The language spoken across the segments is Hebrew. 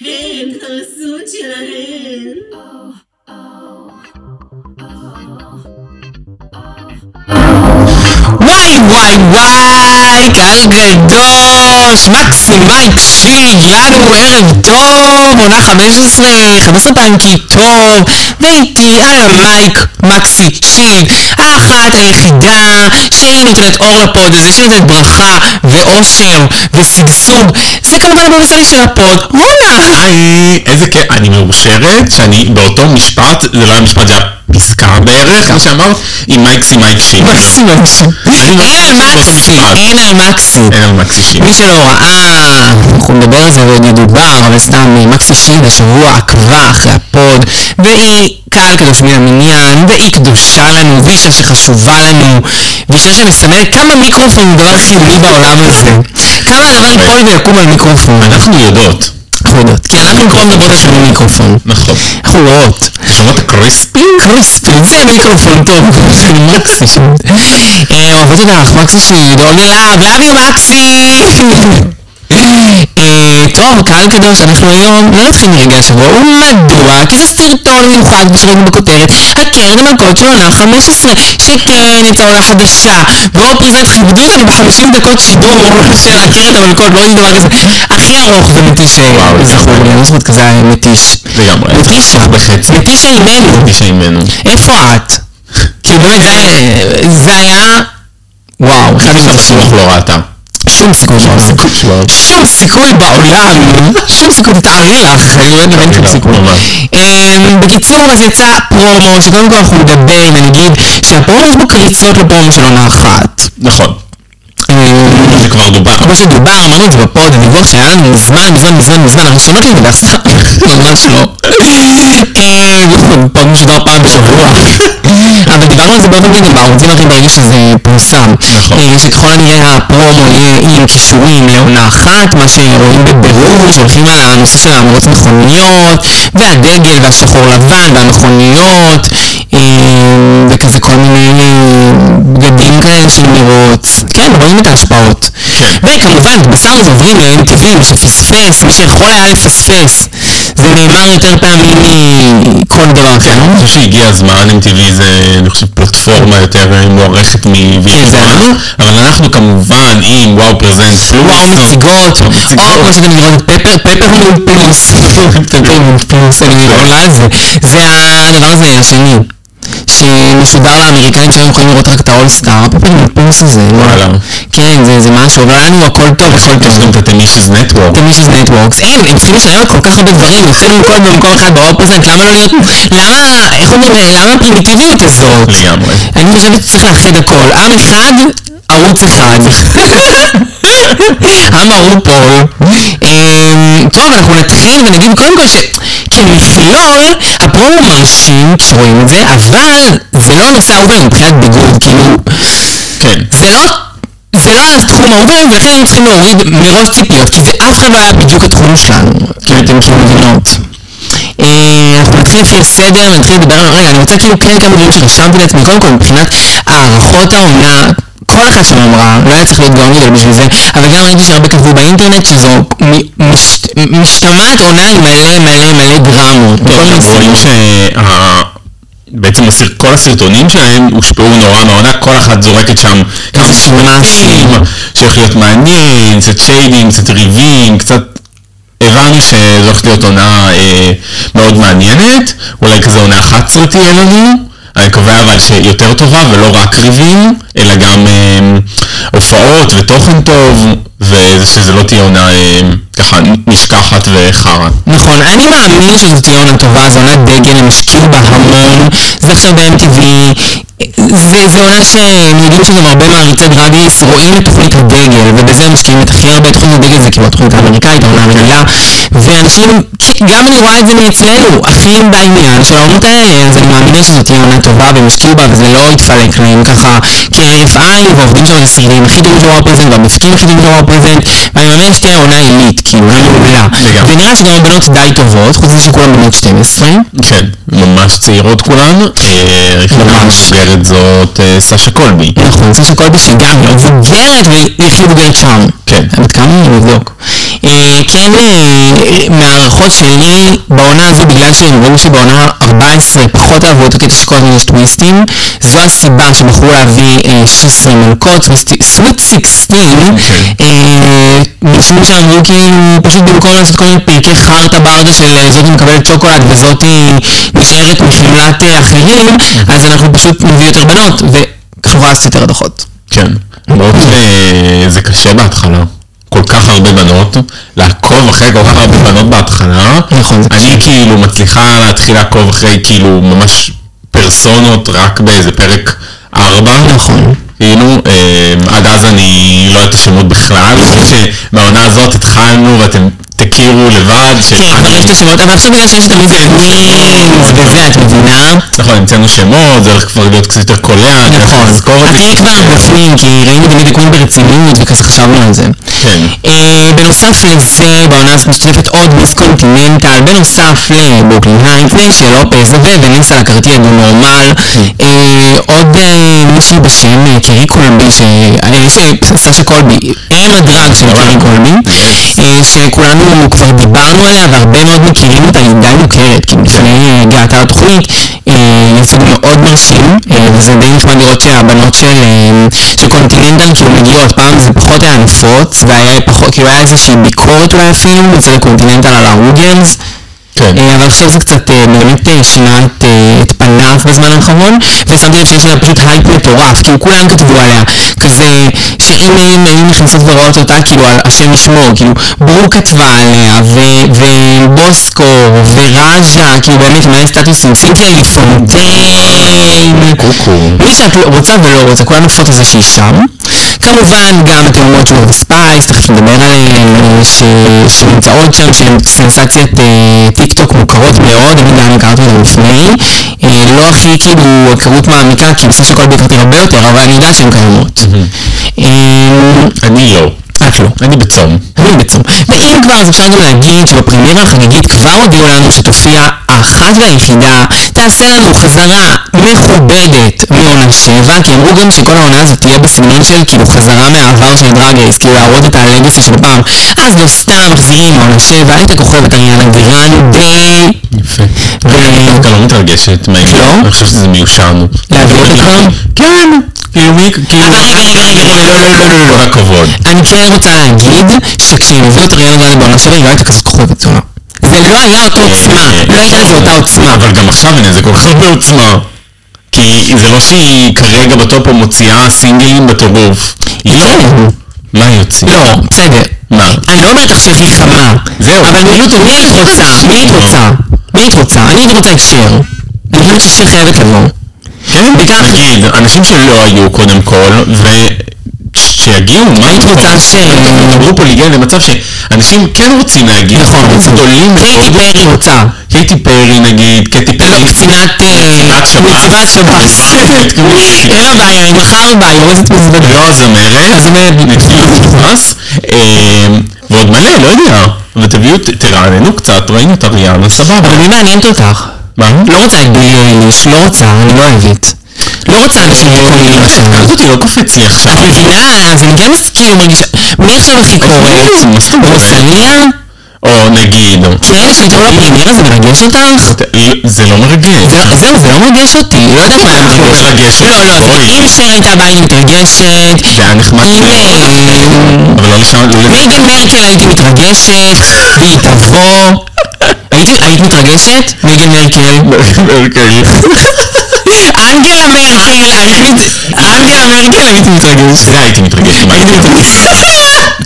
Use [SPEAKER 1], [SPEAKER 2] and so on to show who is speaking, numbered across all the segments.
[SPEAKER 1] הם חרסות שלהם.
[SPEAKER 2] Wai, wai, wai, kijken dus. Maximitatie, januari toom. עונה 15, 15 פעמים כי טוב. ואיתי על המייק מקסי צ'י, האחת היחידה שנותנת אור לפוד הזה, שנותנת ברכה ואושר ושגשוג. זה כמובן המלכה של הפוד, רונה.
[SPEAKER 3] היי, איזה כיף, אני מאושרת שאני באותו משפט, זה לא היה משפט, זה היה פסקה בערך, מה שאמרת, עם מייקסי מייקשי.
[SPEAKER 2] מקסימום.
[SPEAKER 3] אני
[SPEAKER 2] אין על
[SPEAKER 3] מאוד
[SPEAKER 2] מקסי,
[SPEAKER 3] מבסוט.
[SPEAKER 2] אין על מקסי.
[SPEAKER 3] אין על מקסי שיר.
[SPEAKER 2] מי שלא ראה, אה, אנחנו נדבר על זה ועוד נדובר, אבל סתם אה, מקסי שין השבוע עקבה אחרי הפוד, והיא קהל קדוש מן המניין, והיא קדושה לנו, והיא אישה שחשובה לנו, והיא אישה שמסמלת כמה מיקרופון דבר סמלי בעולם הזה. כמה הדבר ייפול ויקום על מיקרופון.
[SPEAKER 3] אנחנו יודעות.
[SPEAKER 2] אנחנו יודעות, כי אנחנו במקום יודעות יש לנו מיקרופון.
[SPEAKER 3] נכון.
[SPEAKER 2] אנחנו רואות.
[SPEAKER 3] שומעות את הקריספי?
[SPEAKER 2] קריספי, זה מיקרופון טוב, של מקסי שם. אה, עובדת עליו מקסי שהיא דוני יהב, יהב יא מקסי! אה, טוב, קהל קדוש, אנחנו היום לא נתחיל מרגעי השבוע, ומדוע? כי יש סרטון מיוחד בשבילנו בכותרת, הקרן המלכות של עונה 15, שכן יצאה עונה חדשה, ואופרת חדשה לי ב-50 דקות שידור מרוב של הקרן המלכות, לא ידועה בזה, הכי ארוך ומתיש
[SPEAKER 3] וואו,
[SPEAKER 2] שזכור לי, אני חושבת כזה היה מתיש.
[SPEAKER 3] לגמרי.
[SPEAKER 2] מתישה.
[SPEAKER 3] בחצי.
[SPEAKER 2] מתישה עימנו.
[SPEAKER 3] תשע לא ממנו.
[SPEAKER 2] איפה את? כאילו, זה- זה היה... וואו, לא אחד
[SPEAKER 3] בטוח
[SPEAKER 2] הדברים.
[SPEAKER 3] לא ראתה.
[SPEAKER 2] שום סיכוי שלא עשית.
[SPEAKER 3] סיכוי שלא ראתה.
[SPEAKER 2] שום סיכוי בעולם, שום סיכוי, תתארי לך, אה, באמת שום סיכוי.
[SPEAKER 3] ממש.
[SPEAKER 2] אמ, בקיצור, אז יצא פרומו, שקודם כל אנחנו נדבר ונגיד שהפרומו אנחנו קריצות לפרומו של עונה אחת.
[SPEAKER 3] נכון.
[SPEAKER 2] אמ,
[SPEAKER 3] זה כבר דובר.
[SPEAKER 2] כמו שדובר, ראינו את זה בפוד, הדיווח שהיה לנו מזמן, מזמן, מזמן, מזמן, אבל שלא תמיד נעשה,
[SPEAKER 3] ממש לא.
[SPEAKER 2] אה, פוד משדר פעם אה, בשבוע. אבל דיברנו על זה באופן כללי, והעובדים נותנים ברגע שזה פורסם.
[SPEAKER 3] נכון.
[SPEAKER 2] אה, שככל הנראה הפרומו יהיה עם קישורים לעונה אחת, מה שרואים בבירור, שהולכים על הנושא של המרוץ מכוניות, והדגל, והשחור לבן, והמכוניות, אה, וכזה כל מיני אה, בגדים כאלה של מרוץ. כן, רואים את ההשפעות.
[SPEAKER 3] כן.
[SPEAKER 2] וכמובן, התבשרנו שעוברים לילד כזה, מי שפספס, מי שיכול היה לפספס. זה נאמר יותר פעמים מכל דבר אחר.
[SPEAKER 3] אני חושב שהגיע הזמן, MTV זה, אני חושב, פלטפורמה יותר אה, מוערכת מ-V1, אבל אנחנו כמובן עם וואו פרזנט
[SPEAKER 2] וואו, נציגות, או כמו שאתם לראות, פפר, פפרמינט פלוס, פפרמינט פלוס, אני עולה על זה, זה הדבר הזה השני, שמשודר לאמריקאים שהיו יכולים לראות רק את האולסטאר, הפפרמינט פלוס הזה, לא.
[SPEAKER 3] וואלה.
[SPEAKER 2] כן, זה- זה משהו, אבל לנו הכל טוב, הכל
[SPEAKER 3] יש
[SPEAKER 2] טוב.
[SPEAKER 3] גם את המישז נטוורק.
[SPEAKER 2] אתם מישהו נטוורקס, אין, הם צריכים לשלם כל כך הרבה דברים, אוכלים כל במקום אחד באופרזנט, למה, למה, איך אומרים, למה הפרימיטיביות הזאת?
[SPEAKER 3] לגמרי.
[SPEAKER 2] אני חושבת שצריך לאחד הכל, עם אחד, ערוץ אחד. עם הרופול. אמ, טוב, אנחנו נתחיל ונגיד קודם כל שכמכלול, הפרומו מרשים כשרואים את זה, אבל זה לא הנושא האוזן מבחינת ביגוד, כאילו,
[SPEAKER 3] כן.
[SPEAKER 2] זה לא... זה לא התחום האוזן, ולכן היינו צריכים להוריד מרוב ציפיות, כי זה אף אחד לא היה בדיוק התחום שלנו, אם אתם כאילו מבינות. אה, אנחנו נתחיל לפי הסדר, אני רוצה לדבר, רגע, אני רוצה כאילו כן כמה דברים שרשמתי לעצמי, קודם כל מבחינת הערכות העונה, כל אחת שם אמרה, לא הייתה תכלית גאונית בשביל זה, אבל גם ראיתי שהרבה כתבו באינטרנט שזו מ- מש- משתמעת עונה עם מלא מלא מלא דרמות, בכל מיני
[SPEAKER 3] רואים
[SPEAKER 2] סיבות.
[SPEAKER 3] שבעצם כל הסרטונים שלהם הושפעו נורא מהעונה, כל אחת זורקת שם כמה סימנים שהולך להיות מעניין, קצת שיידים, קצת ריבים, קצת... הבנו שזו הולכת להיות עונה אה, מאוד מעניינת, אולי כזה עונה 11 תהיה לנו, אני מקווה אבל שיותר טובה ולא רק ריבים, אלא גם אה, הופעות ותוכן טוב, ושזה לא תהיה עונה אה, ככה נשכחת וחרא.
[SPEAKER 2] נכון, אני מאמינה שזו תהיה עונה טובה, זו עונת דגל, הם השקיעו בה המון, זה עכשיו ב-MTV, זה, זה עונה שהם יודעים שגם הרבה מעריצי דרג רייס רואים את תוכנית הדגל, ובזה הם משקיעים את הכי הרבה תוכנית הדגל, זה כאילו התוכנית האמריקאית, העונה המניה, ואנשים, גם לא אני רואה את זה מאצלנו, הכי בעניין של העונות האלה, אז אני מאמינה שזו תהיה עונה טובה, והם השקיעו בה, וזה לא יתפלק להם ככה כהרף עין, והעובדים שם מסבירים הכי טובים של וואו והמפיקים הכי טובים של וואו ואני מאמינה שתהיה עונה עילית, כאילו, עונה מעולה.
[SPEAKER 3] לגמרי.
[SPEAKER 2] ונראה שגם הבנות די טובות, חוץ מזה שכולן בנות 12.
[SPEAKER 3] כן, ממש צעירות כולן. אה, ראשונה
[SPEAKER 2] ממש.
[SPEAKER 3] במסגרת זאת אה, סשה קולבי.
[SPEAKER 2] נכון, סשה קולבי שהיא גם לא מבוגרת, והיא הכי מבוגרת שם.
[SPEAKER 3] כן.
[SPEAKER 2] בת כמה היא? נבדוק. אה, כן אה, מההערכות שלי בעונה הזו, בגלל שנדמה לי שבעונה 14 פחות אהבו אותו כי כל הזמן יש טוויסטים, זו הסיבה שבחרו להביא אה, 16 מלכות, סוויט 16,
[SPEAKER 3] אוקיי.
[SPEAKER 2] אה, נשים שאמרו כאילו פשוט במקום לעשות כל מיני פרקי חרטה ברטה של אה, זאת מקבלת שוקולד וזאת אה, נשארת מחמלת אה, אחרים, אז אנחנו פשוט נביא יותר בנות, וכשורה עשית יותר הדחות.
[SPEAKER 3] כן. למרות שזה קשה בהתחלה. כל כך הרבה בנות, לעקוב אחרי כל כך הרבה בנות בהתחלה.
[SPEAKER 2] נכון, זה
[SPEAKER 3] אני כאילו מצליחה להתחיל לעקוב אחרי כאילו ממש פרסונות רק באיזה פרק 4.
[SPEAKER 2] נכון.
[SPEAKER 3] כאילו, אמ, עד אז אני לא יודעת שמות בכלל, אני חושב שמהעונה הזאת התחלנו ואתם תכירו לבד. ש-
[SPEAKER 2] כן, אנחנו יש את השמות, אבל עכשיו לא בגלל שיש את המוזיאון, וזה, את מבינה?
[SPEAKER 3] נכון, המצאנו שמות, זה הולך כבר להיות קצת יותר נכון, קולע,
[SPEAKER 2] נכון,
[SPEAKER 3] אני הולך לזכור את
[SPEAKER 2] אבל
[SPEAKER 3] זה.
[SPEAKER 2] זה כבר בפנים, כי ראינו את זה בדיוק מאוד ברצינות, וכזה חשבנו על זה.
[SPEAKER 3] כן.
[SPEAKER 2] אה, בנוסף לזה, בעונה הזאת משתתפת עוד מיס קונטיננטל, בנוסף לברוקלין הייטס, שלא פס הזה, וניסה לקרתי אבנורמל. אה, עוד אה, מישהי בשם אה, קרי קולמבי, שאני סשה קולבי, אם הדרג של קרי קולמבי, אה, שכולנו כבר דיברנו עליה, והרבה מאוד מכירים אותה, היא די מוכרת, כי לפני הגעת התוכנית, אה, יש זוג מאוד מרשים, אה, וזה די נחמד לראות שהבנות של, אה, של קונטיננטל כאילו מגיעות, פעם זה פחות היה נפוץ, והיה פחות, כאילו היה איזושהי ביקורת אולי אפילו, זה קונטיננטל על הרוגלס.
[SPEAKER 3] כן.
[SPEAKER 2] אה, אבל עכשיו זה קצת אה, באמת אה, שינה את, אה, את פניו בזמן האחרון, ושמתי לב שיש לה פשוט הייפ מטורף, כאילו כולם כתבו עליה, כזה, שאם לא היינו היו נכנסות ורואות אותה, כאילו על השם ישמור, כאילו ברו כתבה עליה, ו- ובוסקו, וראז'ה, כאילו באמת מלא סטטוסים, סינתיה פונטיין,
[SPEAKER 3] קוקו.
[SPEAKER 2] מי שאת רוצה ולא רוצה, כולן עופות על זה שהיא שם. כמובן גם את המוט של ספייס, תכף נדבר עליהן, אה, ש- שנמצאות שם, שהן סנסציית אה, טיק טוק מוכרות מאוד, אני גם הכרתי אותן לפני. אה, לא הכי כאילו היכרות מעמיקה, כי בסך הכל הכרתי הרבה יותר, אבל אני יודעת שהן קיימות. אה,
[SPEAKER 3] אני לא.
[SPEAKER 2] את לא.
[SPEAKER 3] אני בצום.
[SPEAKER 2] אני בצום. ואם כבר אז אפשר גם להגיד שבפרימירה החגיגית כבר הודיעו לנו שתופיע האחת והיחידה, תעשה לנו חזרה מכובדת מעונה שבע, כי אמרו גם שכל העונה הזאת תהיה בסגנון של כאילו חזרה מהעבר של דרג רייס, כאילו להראות את הלגסי של פעם. אז לא סתם מחזירים מעונה שבע את הכוכבת אריאנה גרנדה.
[SPEAKER 3] יפה.
[SPEAKER 2] ו-
[SPEAKER 3] אני לא מתרגשת מהעניין.
[SPEAKER 2] לא?
[SPEAKER 3] אני חושב שזה מיושן.
[SPEAKER 2] להעביר את הכל?
[SPEAKER 3] כן. כאילו מי... כאילו...
[SPEAKER 2] אבל רגע, רגע, רגע, רגע, רגע, רגע, רגע.
[SPEAKER 3] כל הכבוד.
[SPEAKER 2] אני כן רוצה להגיד שכשהם הביאו את אריאנה גרנד בעונה שבע היא לא הייתה כזאת כוכבת זונה. זה לא היה אותה עוצמה, לא הייתה לזה אותה עוצמה.
[SPEAKER 3] אבל גם עכשיו, הנה, זה כל כך בעוצמה. כי זה לא שהיא כרגע בטופ או מוציאה סינגלים בטירוף. היא- לא-
[SPEAKER 2] נכון.
[SPEAKER 3] מה היא הוציאה?
[SPEAKER 2] לא, בסדר.
[SPEAKER 3] מה?
[SPEAKER 2] אני לא אומרת לך שיש מלחמה.
[SPEAKER 3] זהו.
[SPEAKER 2] אבל פשוט מי היית רוצה? מי היית רוצה? מי היית רוצה? אני לא הייתי רוצה את שר. אני חושבת ששר חייבת לבוא. בעיקר כי
[SPEAKER 3] נגיד, אנשים שלא היו קודם כל, ושיגיעו, מה
[SPEAKER 2] היית רוצה ש...
[SPEAKER 3] אמרו פה להגיע למצב שאנשים כן רוצים להגיע,
[SPEAKER 2] נכון,
[SPEAKER 3] רוצים גדולים
[SPEAKER 2] קייטי
[SPEAKER 3] מאוד.
[SPEAKER 2] פרי רוצה.
[SPEAKER 3] קייטי פרי נגיד, כן, קייטי פרי,
[SPEAKER 2] מצוות... אה, מצוות שב"ס.
[SPEAKER 3] ספט, כאילו,
[SPEAKER 2] מירי, לא, ב- מחר בארוזת מזוודה.
[SPEAKER 3] לא
[SPEAKER 2] אוקיי,
[SPEAKER 3] הזמרת,
[SPEAKER 2] אז אומרת...
[SPEAKER 3] נתחיל נכנס, אה, ועוד מלא, לא יודע, ותביאו, ת- תרעננו קצת, ראינו את אריאנה, סבבה.
[SPEAKER 2] אבל מי מעניינת אותך?
[SPEAKER 3] מה?
[SPEAKER 2] לא רוצה את בילי אייליש, לא רוצה, אני לא אוהבת. לא רוצה אנשים לא עולים לשנה.
[SPEAKER 3] אז אותי לא קופץ לי עכשיו.
[SPEAKER 2] את מבינה, אז אני כן כאילו מרגישה... מי עכשיו הכי קורא?
[SPEAKER 3] מה זאת
[SPEAKER 2] רוסליה?
[SPEAKER 3] אומרת? או נגיד,
[SPEAKER 2] אולי שהיא תקרא לי מירי זה מרגש אותך?
[SPEAKER 3] ת- לא- זה לא מרגש.
[SPEAKER 2] זה- זהו, זה לא מרגש אותי, לא יודעת מה
[SPEAKER 3] זה לא
[SPEAKER 2] מרגש.
[SPEAKER 3] מרגש.
[SPEAKER 2] לא, לא, כאילו, זה מתרגשת, סבבה,
[SPEAKER 3] לא
[SPEAKER 2] אני לא מתרגשת.
[SPEAKER 3] זה היה נחמד.
[SPEAKER 2] אם...
[SPEAKER 3] אוקיי.
[SPEAKER 2] אה,
[SPEAKER 3] אבל לא לשם, לא לזה.
[SPEAKER 2] אם דומריקה הייתי מתרגשת, והיא תבוא. היית היית מתרגשת? מגן מרקל.
[SPEAKER 3] אוקיי.
[SPEAKER 2] אנגלה מרקל, אני מת- אנגלה מרקל, הייתי מתרגשת.
[SPEAKER 3] זה הייתי מתרגש. מה הייתי מתרגש?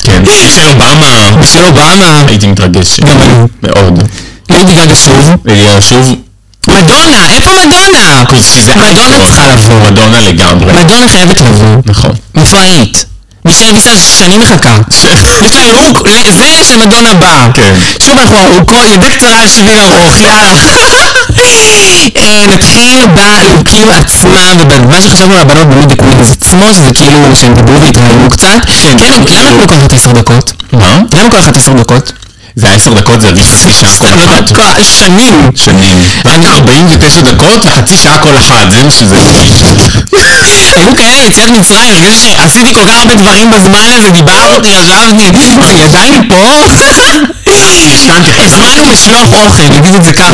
[SPEAKER 3] כן. מישל אובמה.
[SPEAKER 2] מישל אובמה,
[SPEAKER 3] הייתי מתרגש.
[SPEAKER 2] אני.
[SPEAKER 3] מאוד.
[SPEAKER 2] ליידי גגה שוב.
[SPEAKER 3] אליהו שוב.
[SPEAKER 2] מדונה, איפה מדונה?
[SPEAKER 3] זה
[SPEAKER 2] מדונה צריכה לבוא.
[SPEAKER 3] מדונה נכון. לגמרי.
[SPEAKER 2] מדונה חייבת לבוא.
[SPEAKER 3] נכון.
[SPEAKER 2] מפראית. מישל ניסה שנים מחכה. בכלל, הוא, זה שמדונה באה.
[SPEAKER 3] כן.
[SPEAKER 2] שוב אנחנו ארוכות ובקצרה שווים ארוכה. אה, נתחיל בלוקים עצמם ובמה שחשבנו על הבנות באמת בקווינס עצמו, שזה כאילו שהם דיברו והתראיינו קצת.
[SPEAKER 3] כן,
[SPEAKER 2] כן,
[SPEAKER 3] כאילו-
[SPEAKER 2] למה כל כך עשר דקות?
[SPEAKER 3] מה?
[SPEAKER 2] למה כל כך עשר דקות?
[SPEAKER 3] זה היה עשר דקות, זה הרגיש חצי שעה כל אחת.
[SPEAKER 2] דקות כל שנים.
[SPEAKER 3] שנים. זה היה כאילו 49 דקות וחצי שעה כל אחת, זה מה שזה הרגיש.
[SPEAKER 2] היו כאלה אצל מצרים, הרגשתי שעשיתי כל כך הרבה דברים בזמן הזה, דיברנו כל כך הרבה, אני עדיין פה. הזמנו משלוח אוכל, נגיד את זה ככה.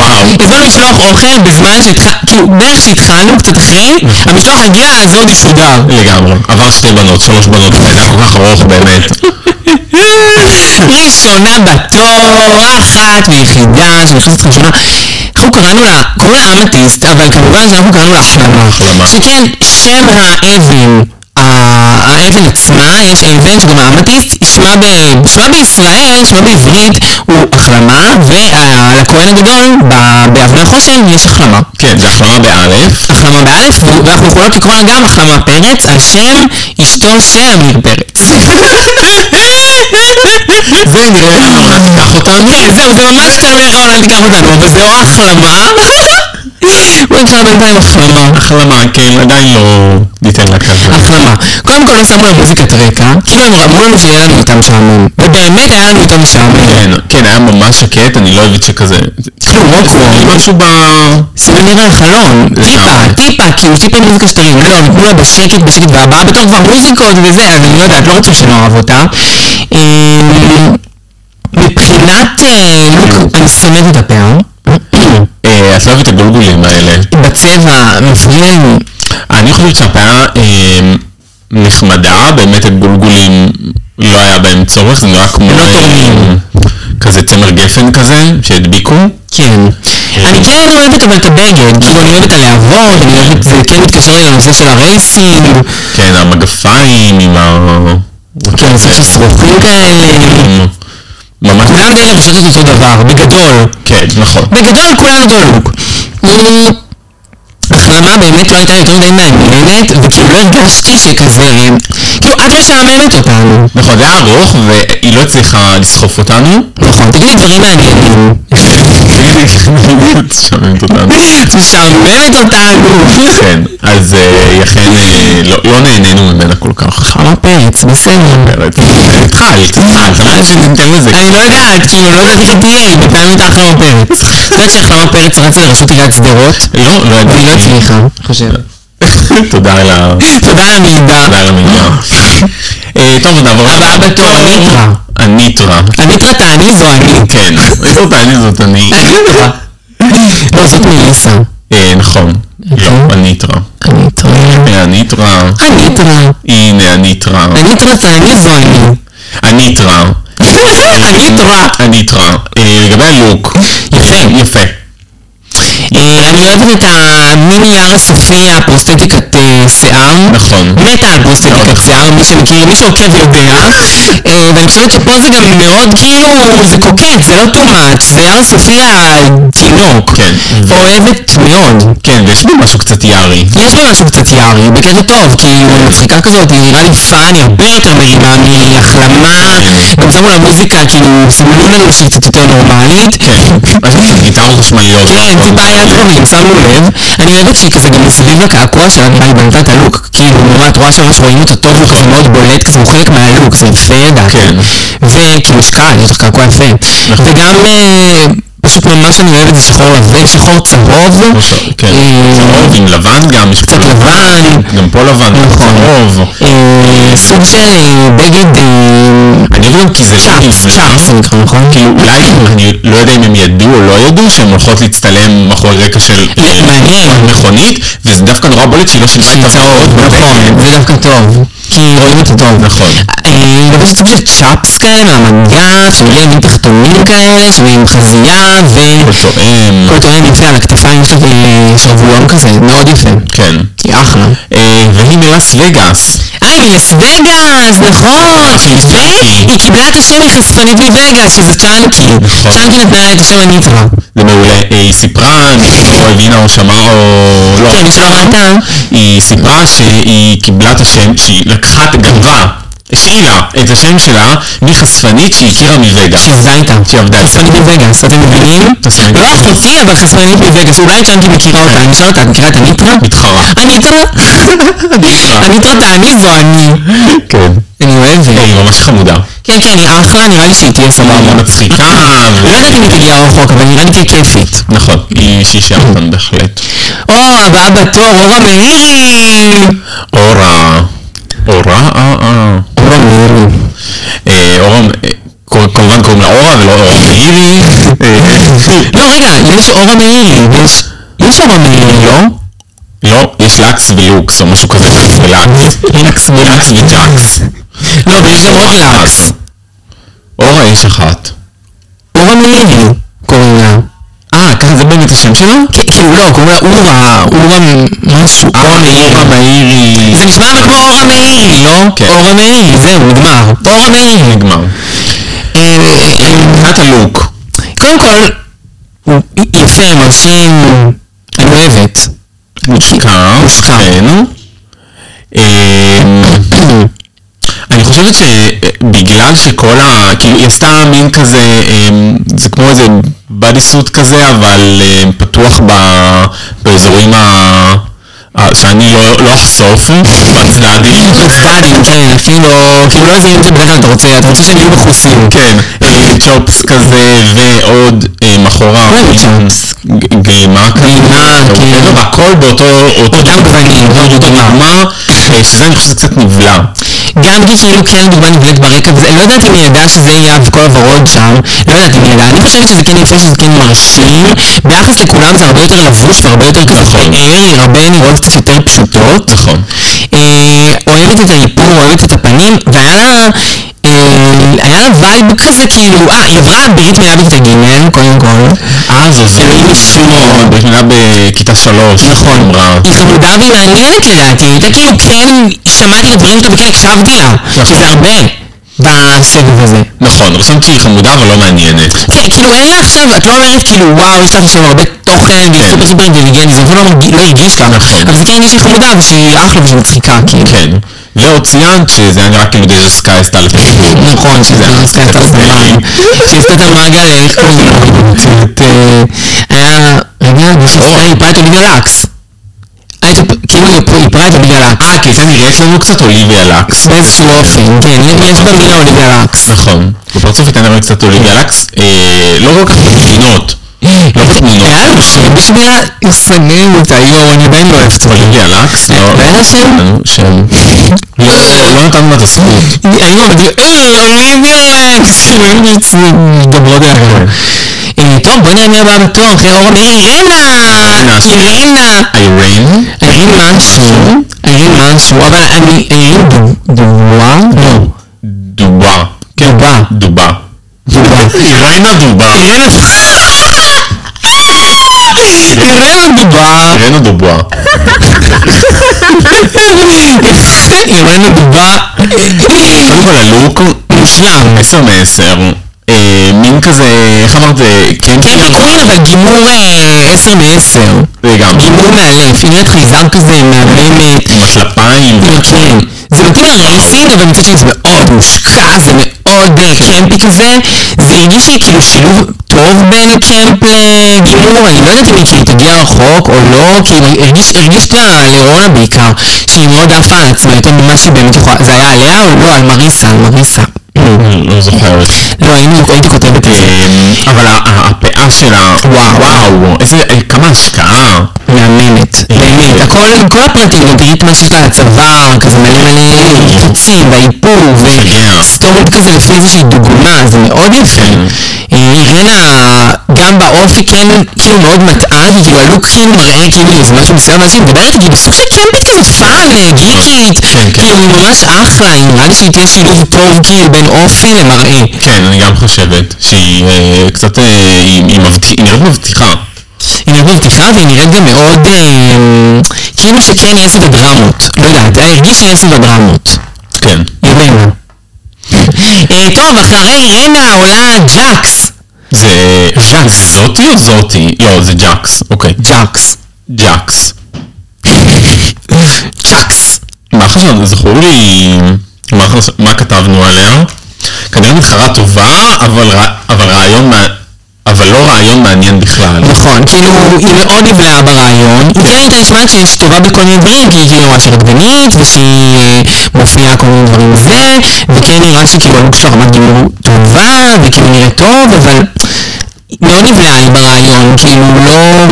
[SPEAKER 2] הזמנו
[SPEAKER 3] וואו.
[SPEAKER 2] משלוח אוכל בזמן שהתחלנו, כאילו בערך שהתחלנו קצת אחרי, המשלוח הגיע לאזור מסודר.
[SPEAKER 3] לגמרי. עבר שתי בנות, שלוש בנות, זה היה כל כך ארוך באמת.
[SPEAKER 2] ראשונה בתור, אחת ויחידה, שנכנסת ראשונה. אנחנו קראנו לה, קוראים לה ארטיסט, אבל כמובן שאנחנו קראנו לה הפלמה.
[SPEAKER 3] הפלמה.
[SPEAKER 2] שכן, שם האבן, ה- האבן עצמה, יש אבן, שזה גם האמתיסט, שמה ב- שמה בישראל, שמה בעברית, הוא החלמה, והכהן הגדול, ב- באבני חושן, יש החלמה.
[SPEAKER 3] כן, זה החלמה באלף.
[SPEAKER 2] החלמה באלף, והוא- ואנחנו קוראות לכהן הגדול החלמה פרץ, על שם אשתו של עמיר פרץ.
[SPEAKER 3] בואי נראה,
[SPEAKER 2] לא
[SPEAKER 3] אנחנו ניקח אותנו.
[SPEAKER 2] כן, זהו, זה ממש כנראה אולי תיקח אותנו, מוזיאון החלמה. בואי נקרא בינתיים החלמה.
[SPEAKER 3] החלמה, כן, עדיין לא ניתן לה כזה.
[SPEAKER 2] החלמה. קודם כל שמנו על מוזיקת רקע, כאילו אני אמרו לנו שיהיה לנו יותר משעמם. ובאמת היה לנו יותר משעמם.
[SPEAKER 3] כן, כן, היה ממש שקט, אני לא אוהבת שכזה...
[SPEAKER 2] כלום, לא כלום.
[SPEAKER 3] שמים משהו ב...
[SPEAKER 2] שמים יד על החלון, טיפה, טיפה, כאילו טיפה מוזיקה שתרים, לא, הם אמרו לה בשקט, בשקט, והבאה בתור כבר מוזיקות וזה, אז אני לא יודעת, לא רוצה שנאהב אותה. אמ, מבחינת אה, לוק, אני שונאת את הפאה,
[SPEAKER 3] אה, את לא אוהבת את הגולגולים האלה.
[SPEAKER 2] בצבע, מפגין,
[SPEAKER 3] אני חושבת שהפאה אה, נחמדה, באמת הגולגולים לא היה בהם צורך, זה נראה כמו...
[SPEAKER 2] לא
[SPEAKER 3] אה, כזה צמר גפן כזה, שהדביקו.
[SPEAKER 2] כן. אני כן לא אוהבת אבל את הבגד, כאילו אני אוהבת את הלהבות, אני אוהבת, זה כן מתקשר לי לנושא של הרייסינג,
[SPEAKER 3] כן, המגפיים עם ה...
[SPEAKER 2] כן, זה תפרוחים
[SPEAKER 3] כן.
[SPEAKER 2] כאלה,
[SPEAKER 3] ממש...
[SPEAKER 2] כולם הגדולים חושבים את אותו דבר, בגדול,
[SPEAKER 3] כן, נכון.
[SPEAKER 2] בגדול כולם אותו לוק. נו, החלמה באמת לא הייתה יותר מדי מעניינת, וכאילו לא הרגשתי שכזה, כאילו את משעממת אותנו.
[SPEAKER 3] נכון, זה היה ארוך, והיא לא הצליחה לסחוף אותנו.
[SPEAKER 2] נכון, תגידי דברים מעניינים.
[SPEAKER 3] שומעים אותנו.
[SPEAKER 2] משעממת אותנו.
[SPEAKER 3] כן, אז אה, היא אכן אה, לא- לא נהנינו ממנה כל כך.
[SPEAKER 2] חלה פרץ, בסדר.
[SPEAKER 3] התחלת, התחלת, אנחנו ניתן לזה.
[SPEAKER 2] אני לא יודעת, כאילו, לא ראיתי את דרעי, נתנו אותה לחמה פרץ. את יודעת שחמה פרץ רצה לראשות עיריית שדרות?
[SPEAKER 3] לא, לא
[SPEAKER 2] והיא לא
[SPEAKER 3] ידעתי.
[SPEAKER 2] הצליחה, אני חושב.
[SPEAKER 3] תודה על ה...
[SPEAKER 2] תודה על
[SPEAKER 3] תודה
[SPEAKER 2] המידע.
[SPEAKER 3] על המידע. אה, טוב, אז נעבור
[SPEAKER 2] הבאה בתור, הניטרה.
[SPEAKER 3] הניטרה.
[SPEAKER 2] הניטרה תעני זו אני.
[SPEAKER 3] כן, איזו תעני זאת אני.
[SPEAKER 2] לא, זאת מליסה.
[SPEAKER 3] אה, נכון. לא, הניטרה.
[SPEAKER 2] הניטרה.
[SPEAKER 3] אה, הניטרה.
[SPEAKER 2] הניטרה.
[SPEAKER 3] הנה הניטרה.
[SPEAKER 2] הניטרה תעני זו אני.
[SPEAKER 3] הניטרה.
[SPEAKER 2] הניטרה.
[SPEAKER 3] הניטרה. אה, לגבי הלוק. יפה. יפה.
[SPEAKER 2] אה, אני אוהבת את המיני הר הסופי, הפרוסטטיקת אה, שיער.
[SPEAKER 3] נכון.
[SPEAKER 2] מתה על פרוסטטיקת שיער, מי שמכיר, מי שעוקב יודע. אה, ואני חושבת שפה זה גם מאוד כאילו, זה קוקט, זה לא too much, זה הר הסופי התינוק.
[SPEAKER 3] כן.
[SPEAKER 2] כאילו, אוהבת מאוד.
[SPEAKER 3] כן, ויש בו משהו קצת יערי.
[SPEAKER 2] יש בה לא משהו קצת יערי, בקטע טוב, כאילו, אני מחזיקה כזאת, היא נראה לי פאן, היא הרבה יותר מרימה מהחלמה, גם שמו לה מוזיקה, כאילו, סגנונית שהיא קצת יותר לא, נורמלית.
[SPEAKER 3] אז כן, גיטרות חשמליות.
[SPEAKER 2] כן, זה בעיה קרובים, שמנו לב. אני לא אוהבת שהיא כזה גם סביב הקעקוע שלה, נראה לי בנתה את הלוק, כאילו, נורא, את רואה שממש רואים אותו טוב, הוא כאילו מאוד בולט, כי הוא חלק מהלוק, זה יפה לדעתי.
[SPEAKER 3] כן.
[SPEAKER 2] וכאילו יש קהל, יש לך קעקוע יפה.
[SPEAKER 3] נכון.
[SPEAKER 2] וגם, אה, פשוט ממש אני אוהבת זה שחור לבן, שחור צהוב.
[SPEAKER 3] כן.
[SPEAKER 2] אה,
[SPEAKER 3] צהוב עם לבן גם, יש פה
[SPEAKER 2] קצת לבן.
[SPEAKER 3] גם פה לבן,
[SPEAKER 2] נכון.
[SPEAKER 3] צהוב.
[SPEAKER 2] אה, סוג של אה, בגד... אה,
[SPEAKER 3] אני אוהב גם כי זה לא
[SPEAKER 2] צ'אפ,
[SPEAKER 3] נבנה.
[SPEAKER 2] צ'אפ זה נקרא, נכון?
[SPEAKER 3] כאילו, אולי, אני לא יודע אם הם ידעו או לא ידעו שהן הולכות להצטלם מאחורי רקע של אה,
[SPEAKER 2] מעניין.
[SPEAKER 3] מכונית, וזה דווקא נורא בולט שהיא לא שינתה
[SPEAKER 2] טוב,
[SPEAKER 3] צבעות.
[SPEAKER 2] נכון, זה דווקא טוב. כן, כי רואים אותו טוב.
[SPEAKER 3] נכון.
[SPEAKER 2] אה, גם יש קצת של צ'אפס כאלה מהמנגה, של רגל תחתונים כאלה, שהוא עם חזייה,
[SPEAKER 3] הוא
[SPEAKER 2] וכל
[SPEAKER 3] תואם.
[SPEAKER 2] תואם יפה על כן, הכתפיים יש איזה שרוולון כזה, מאוד יפה.
[SPEAKER 3] כן.
[SPEAKER 2] היא אחלה.
[SPEAKER 3] אה, והיא מלאס וגאס.
[SPEAKER 2] אה, היא מלס וגאס, נכון, שיפה. היא קיבלה את השם מחשפנית מווגאס, שזה צ'אנקי.
[SPEAKER 3] נכון.
[SPEAKER 2] צ'אנקי נתנה לה את השם הניטרה.
[SPEAKER 3] זה מעולה. אה, היא סיפרה, אני לא זוכר, או הבינה או שמעה או... לא.
[SPEAKER 2] כן, נשאר אותה.
[SPEAKER 3] היא סיפרה שהיא קיבלה את השם, שהיא לקחה, גנבה, השאילה את השם שלה מחשפנית שהיא הכירה מווגאס.
[SPEAKER 2] שעבדה איתה.
[SPEAKER 3] שעבדה איתה.
[SPEAKER 2] חשפנית מווגאס, אתם מבינים?
[SPEAKER 3] חשפנית.
[SPEAKER 2] לא חופי, אבל חשפנית מווגאס. אולי צ'אנקי מכירה אותה, אני אשאל אותה, את מכירה את הניטרה?
[SPEAKER 3] מתחרה.
[SPEAKER 2] הניטרה? לא הניטרה תעני זו אני.
[SPEAKER 3] כן.
[SPEAKER 2] אני אה, כן, אוהבת.
[SPEAKER 3] לא, היא ממש חמודה.
[SPEAKER 2] אם כי אני עפה, נראה לי שהיא
[SPEAKER 3] אה.
[SPEAKER 2] תהיה סבבה.
[SPEAKER 3] מצחיקה, ו-
[SPEAKER 2] לא יודעת אם היא תגיע רחוק, אבל נראית לי כיפית.
[SPEAKER 3] נכון, היא שישה אותנו בהחלט.
[SPEAKER 2] או, הבאה בתור, אורה מאירי!
[SPEAKER 3] אורה. אורה? אה, אה.
[SPEAKER 2] אורה מאירי.
[SPEAKER 3] אה, אורה, אה, קור- כמובן קוראים לה אורה ולא אורה מאירי. אה,
[SPEAKER 2] לא, רגע, לוף אורה מאירי. לוף- לוף אורה מאירי, לא?
[SPEAKER 3] לא, יש לקס ולוקס או משהו כזה, לוקס ולקס.
[SPEAKER 2] לוקס ולוקס.
[SPEAKER 3] לקס וג'קס.
[SPEAKER 2] לא, אבל יש גם אורה לקס.
[SPEAKER 3] אורה יש אחת.
[SPEAKER 2] אורה מאירי קוראים לה. לא אה, ככה זה באמת השם שלה? כי- כאילו, לא, קוראים לה אורה, אורה מ- משהו.
[SPEAKER 3] אורה מאירי. מאירי.
[SPEAKER 2] זה נשמע אבל כמו אורה מאירי, לא?
[SPEAKER 3] כן.
[SPEAKER 2] אורה מאירי, זהו, נגמר. אורה מאירי.
[SPEAKER 3] נגמר.
[SPEAKER 2] אה,
[SPEAKER 3] מבחינת הלוק.
[SPEAKER 2] קודם כל, הוא יפה, מרשים, אני אוהבת.
[SPEAKER 3] מושקע.
[SPEAKER 2] מושקע.
[SPEAKER 3] כן. אה, אני חושבת שבגלל שכל ה... כאילו היא עשתה מין כזה, אמ, זה כמו איזה בדי סוט כזה, אבל אמ, פתוח ב... באזורים ה... ה- שאני לא, לא אחשוף, בצדדים.
[SPEAKER 2] הצדדים, כן, כאילו, כאילו לא איזה אינטי בגד אתה רוצה, אתה רוצה שהם יהיו כאילו. בחוסים.
[SPEAKER 3] כן, אה, צ'ופס כזה, ועוד אה, מאחורה.
[SPEAKER 2] אוי, צ'ופס.
[SPEAKER 3] ג- גלימה
[SPEAKER 2] גלימה,
[SPEAKER 3] כזה.
[SPEAKER 2] כן.
[SPEAKER 3] כן. הכל באותו... אותו
[SPEAKER 2] גוונים, אותו דבר.
[SPEAKER 3] גלימה, אה, שזה אני חושבת קצת נבלע.
[SPEAKER 2] גם כי כאילו כן הדוגמה נבנית ברקע, וזה- לא יודעת אם היא ידעה שזה יהיה את וכל הוורוד שם, לא יודעת אם היא ידעה, אני חושבת שזה כן יפה, שזה כן מרשים, ביחס לכולם זה הרבה יותר לבוש והרבה יותר כזה
[SPEAKER 3] נכון.
[SPEAKER 2] פועל, הרבה נראות קצת יותר פשוטות.
[SPEAKER 3] נכון.
[SPEAKER 2] אה, אוהבת את האיפור, אוהבת את הפנים, והיה לה, אה, היה לה וייב כזה כאילו, אה, היא עברה ברית מילה בכיתה ג' קודם כל,
[SPEAKER 3] אה, זה
[SPEAKER 2] אלוהים ישמור.
[SPEAKER 3] נכון, ברשימה בכיתה שלוש. נכון. אמרה.
[SPEAKER 2] היא חמודה והיא מעניינת לדעתי, היא הייתה כאילו כן, שמעתי דברים טובים, כן הקשבתי לה, שזה הרבה בסבב הזה.
[SPEAKER 3] נכון, רשמת שהיא חמודה אבל לא מעניינת.
[SPEAKER 2] כן, כאילו אין לה עכשיו, את לא אומרת כאילו וואו, יש לך עכשיו הרבה תוכן, והיא סופר סופר אינטליגנטית, זה אפילו לא מרג- לא הרגיש ככה.
[SPEAKER 3] נכון.
[SPEAKER 2] אבל זה כאילו מישהי חמודה ושהיא אחלה ושהיא מצחיקה, כאילו.
[SPEAKER 3] כן. ועוד ציינת שזה היה נראה כאילו דרך סקאי עשתה לך סיפור.
[SPEAKER 2] נכון, שזה
[SPEAKER 3] כן.
[SPEAKER 2] היה סתם תחזוריים. שפיטר מרגרט, את, אה, היה, רגע, מישהו סיפר לי פעם, אוליביה לקס. אה, זה פ- כאילו היא פ- היא פרט אוליביה לקס.
[SPEAKER 3] אה, כי זה נראית לנו קצת אוליביה לקס.
[SPEAKER 2] באיזשהו אופן, כן, יש במילה אוליביה לקס.
[SPEAKER 3] נכון. בפרצוף הייתה נראית קצת אוליביה לקס. אה, לא כל כך מזמינות. לא מזמינות.
[SPEAKER 2] היה לנו חבר מסנן אותה, יואו, אני באמת לא אוהבת אותה.
[SPEAKER 3] אוליביה לקס לא...
[SPEAKER 2] לא היה שם?
[SPEAKER 3] לנו שם. לא לא נתנו לה את הזכות.
[SPEAKER 2] היינו בדיוק, היינו מדברות על הכל. אה, טוב, בוא נראה מי הבא בתור, אחרי אורן אירינה!
[SPEAKER 3] אירינה.
[SPEAKER 2] אירינה!
[SPEAKER 3] איירן?
[SPEAKER 2] איירין רנצ'ו, איירין רנצ'ו, אבל אני, איירין דובה? לא,
[SPEAKER 3] דובה.
[SPEAKER 2] דובה.
[SPEAKER 3] דובה.
[SPEAKER 2] דובה.
[SPEAKER 3] אירנה דובה.
[SPEAKER 2] איירין דובה.
[SPEAKER 3] אירנה דובה.
[SPEAKER 2] איירין דובה.
[SPEAKER 3] קודם כל הלוק
[SPEAKER 2] מושלם.
[SPEAKER 3] עשר מעשר. אה, מין כזה, איך אמרת? אה,
[SPEAKER 2] כן,
[SPEAKER 3] קינקי?
[SPEAKER 2] לגמרי, אבל גימור אה, עשר מעשר.
[SPEAKER 3] לגמרי.
[SPEAKER 2] גימור מאלף. היא נראית חייזר כזה, מהממת.
[SPEAKER 3] כלפיים.
[SPEAKER 2] לא, כן. זה נותן לה רייסינג, אבל מצד שני זה מאוד מושקע, זה מאוד אה, קרמפי כזה. זה הרגיש לי כאילו שילוב טוב בין כן, קרמפ לגימור, אני לא יודעת אם היא כאילו תגיע רחוק או לא, כאילו הרגיש, הרגיש בה לאורנה בעיקר, שהיא מאוד עפה על עצמה, הייתה ממש באמת יכולה, זה היה עליה או לא, על מריסה, על מריסה.
[SPEAKER 3] לא זוכרת.
[SPEAKER 2] לא, היינו- הייתי כותבת את זה.
[SPEAKER 3] אה, אבל ה- ה- הפאה שלה,
[SPEAKER 2] וואו.
[SPEAKER 3] וואו, איזה, אה, כמה השקעה.
[SPEAKER 2] מהממת, באמת, הכל, לא כל הפרקים, גם תראי את מה שיש לה על הצוואר, כזה מלא מלא קיצים, והאיפור,
[SPEAKER 3] יודע.
[SPEAKER 2] וסטורד כזה לפי איזושהי דוגמה, זה מאוד יפה. אה, אירנה, גם באופי כן, כאילו מאוד מטעה את זה, כאילו הלוק כן מראה כאילו איזה משהו מסוים, איך שהיא מדברת איתי, בסוף כאילו היא קרמפית גם יפה ונהדרת,
[SPEAKER 3] כן.
[SPEAKER 2] כאילו היא ממש אחלה, היא נראה לי שהיא תהיה שילוב טוב כאילו בין אופי למראה.
[SPEAKER 3] כן, אני גם חושבת שהיא אה, קצת, אה, היא היא מבטיח- היא נראית מבטיחה.
[SPEAKER 2] היא נראית מבטיחה והיא נראית גם מאוד אה, כאילו שכן יש איזה דרמות, לא יודעת, הרגיש שיש איזה דרמות.
[SPEAKER 3] כן.
[SPEAKER 2] ימינה. אה, טוב, אחרי אירינה עולה ג'קס.
[SPEAKER 3] זה
[SPEAKER 2] ג'קס.
[SPEAKER 3] אה, זאתי או זאתי? לא, זה ג'קס. אוקיי.
[SPEAKER 2] ג'קס.
[SPEAKER 3] ג'קס.
[SPEAKER 2] ג'קס.
[SPEAKER 3] מה חשבנו? נכון, זכור לי מה, חש- מה כתבנו עליה. כנראה מתחרה טובה, אבל, ר- אבל, רעיון, מע- אבל לא רעיון מעניין בכלל. בכלל.
[SPEAKER 2] נכון, כאילו היא מאוד נבלעה ברעיון, לא היא די התרשמה כשהיא הסתובבה בכל מיני דברים, כי היא כאילו רואה שהיא רקדנית, ושהיא אה, מופיעה כל מיני דברים וזה, וכן נראה שכאילו עלו שרמת דיור טובה, וכאילו נראה טוב, אבל מאוד נבלעה היא ברעיון, כאילו לא...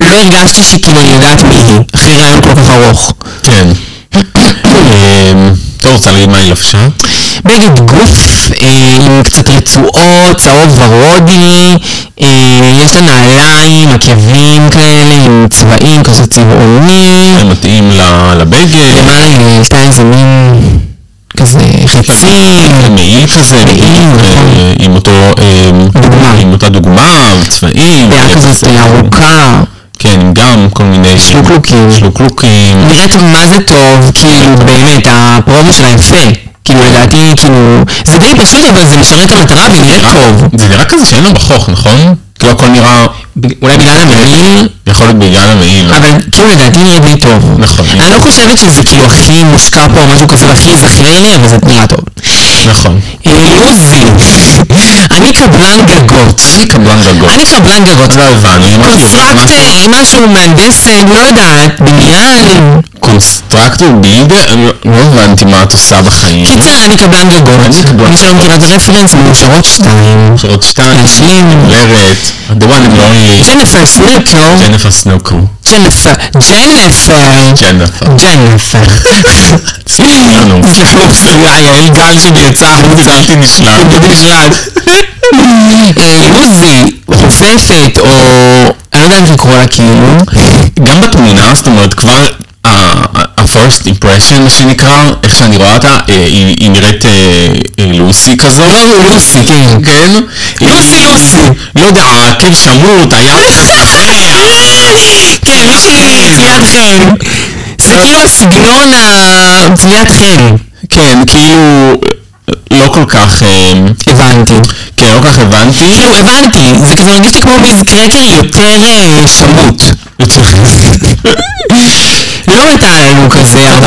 [SPEAKER 2] לא הרגשתי שכאילו אני יודעת מי היא, אחרי רעיון כל כך ארוך.
[SPEAKER 3] כן. אמ, אתה רוצה להגיד מה היא לבשה?
[SPEAKER 2] בגד גוף אה, עם קצת רצועות, צהוב ורודי, אה, יש לה נעליים, עקבים כאלה, עם צבעים, כזה צבעוני,
[SPEAKER 3] זה מתאים ל- לבגד,
[SPEAKER 2] למעלה יש לה איזה מין כזה
[SPEAKER 3] כן,
[SPEAKER 2] חצי,
[SPEAKER 3] מעיל כזה,
[SPEAKER 2] מעיל,
[SPEAKER 3] בדיוק,
[SPEAKER 2] נכון.
[SPEAKER 3] אה, עם אותו, אמ,
[SPEAKER 2] דוגמה.
[SPEAKER 3] עם אותה דוגמה, צבעים,
[SPEAKER 2] דעה כזאת ארוכה,
[SPEAKER 3] כן, עם גם כל מיני
[SPEAKER 2] שלוקלוקים.
[SPEAKER 3] שלוקלוקים,
[SPEAKER 2] נראית מה זה טוב, כאילו באמת, הפרומו שלה יפה, כאילו לדעתי, כאילו, זה די פשוט אבל זה משרת את המטרה וזה נראה טוב,
[SPEAKER 3] אה, זה נראה כזה שאין לה בכוך, נכון? כאילו הכל נראה,
[SPEAKER 2] ב- אולי בגלל המעיל,
[SPEAKER 3] יכול להיות בגלל המעיל.
[SPEAKER 2] אבל כאילו לדעתי נראה די טוב.
[SPEAKER 3] נכון.
[SPEAKER 2] אני לא חושבת שזה כאילו הכי מושקע פה או משהו כזה והכי זכיר לי, אבל זה נראה טוב.
[SPEAKER 3] נכון.
[SPEAKER 2] אה, עוזי, אני קבלן גגות.
[SPEAKER 3] קבלן גגות.
[SPEAKER 2] אני קבלן גגות.
[SPEAKER 3] לא הבנו, היא
[SPEAKER 2] כזאת אה, משהו מהנדסת, לא יודעת, בניין.
[SPEAKER 3] קונסטרקטור בילדר? אני לא- לא הבנתי מה את עושה בחיים.
[SPEAKER 2] קיצר, אני קבלן גגות.
[SPEAKER 3] אני קבלן.
[SPEAKER 2] מי שלא מכיר את הרפרנס, מאושרות שתיים.
[SPEAKER 3] שרות שתיים,
[SPEAKER 2] להשלים.
[SPEAKER 3] לרת, the one and only,
[SPEAKER 2] ג'ניפר סנוקו.
[SPEAKER 3] ג'נפר סנוקו,
[SPEAKER 2] ג'ניפר. ג'ניפר.
[SPEAKER 3] ג'נפר.
[SPEAKER 2] ג'ניפר.
[SPEAKER 3] סנוקו.
[SPEAKER 2] יפה, יעל גל שנרצחת.
[SPEAKER 3] קצת היא נשלחת.
[SPEAKER 2] בבגדד. אה, עוזי, חופפת, או... אני לא יודעת איך לקרוא לה כאילו.
[SPEAKER 3] גם בתמונה, זאת אומרת, כבר ה-first impression, מה שנקרא, איך שאני רואה אותה, אה, היא היא נראית אה, אה, לוסי כזו.
[SPEAKER 2] לוסי, כן.
[SPEAKER 3] כן?
[SPEAKER 2] לוסי, לוסי. לא,
[SPEAKER 3] לא יודע, העקב שמוט, היד שלי, כן, לא שלי.
[SPEAKER 2] יד חן. זה כאילו הסגנון ה... זה יד אה, חן.
[SPEAKER 3] כן, כאילו, לא כל כך, אה,
[SPEAKER 2] הבנתי.
[SPEAKER 3] כן, לא כל כך הבנתי.
[SPEAKER 2] כאילו, הבנתי. זה כזה מרגיש לי כמו באיזקרטר יותר אה, שמוט. לא מתה עלינו כזה, הרבה,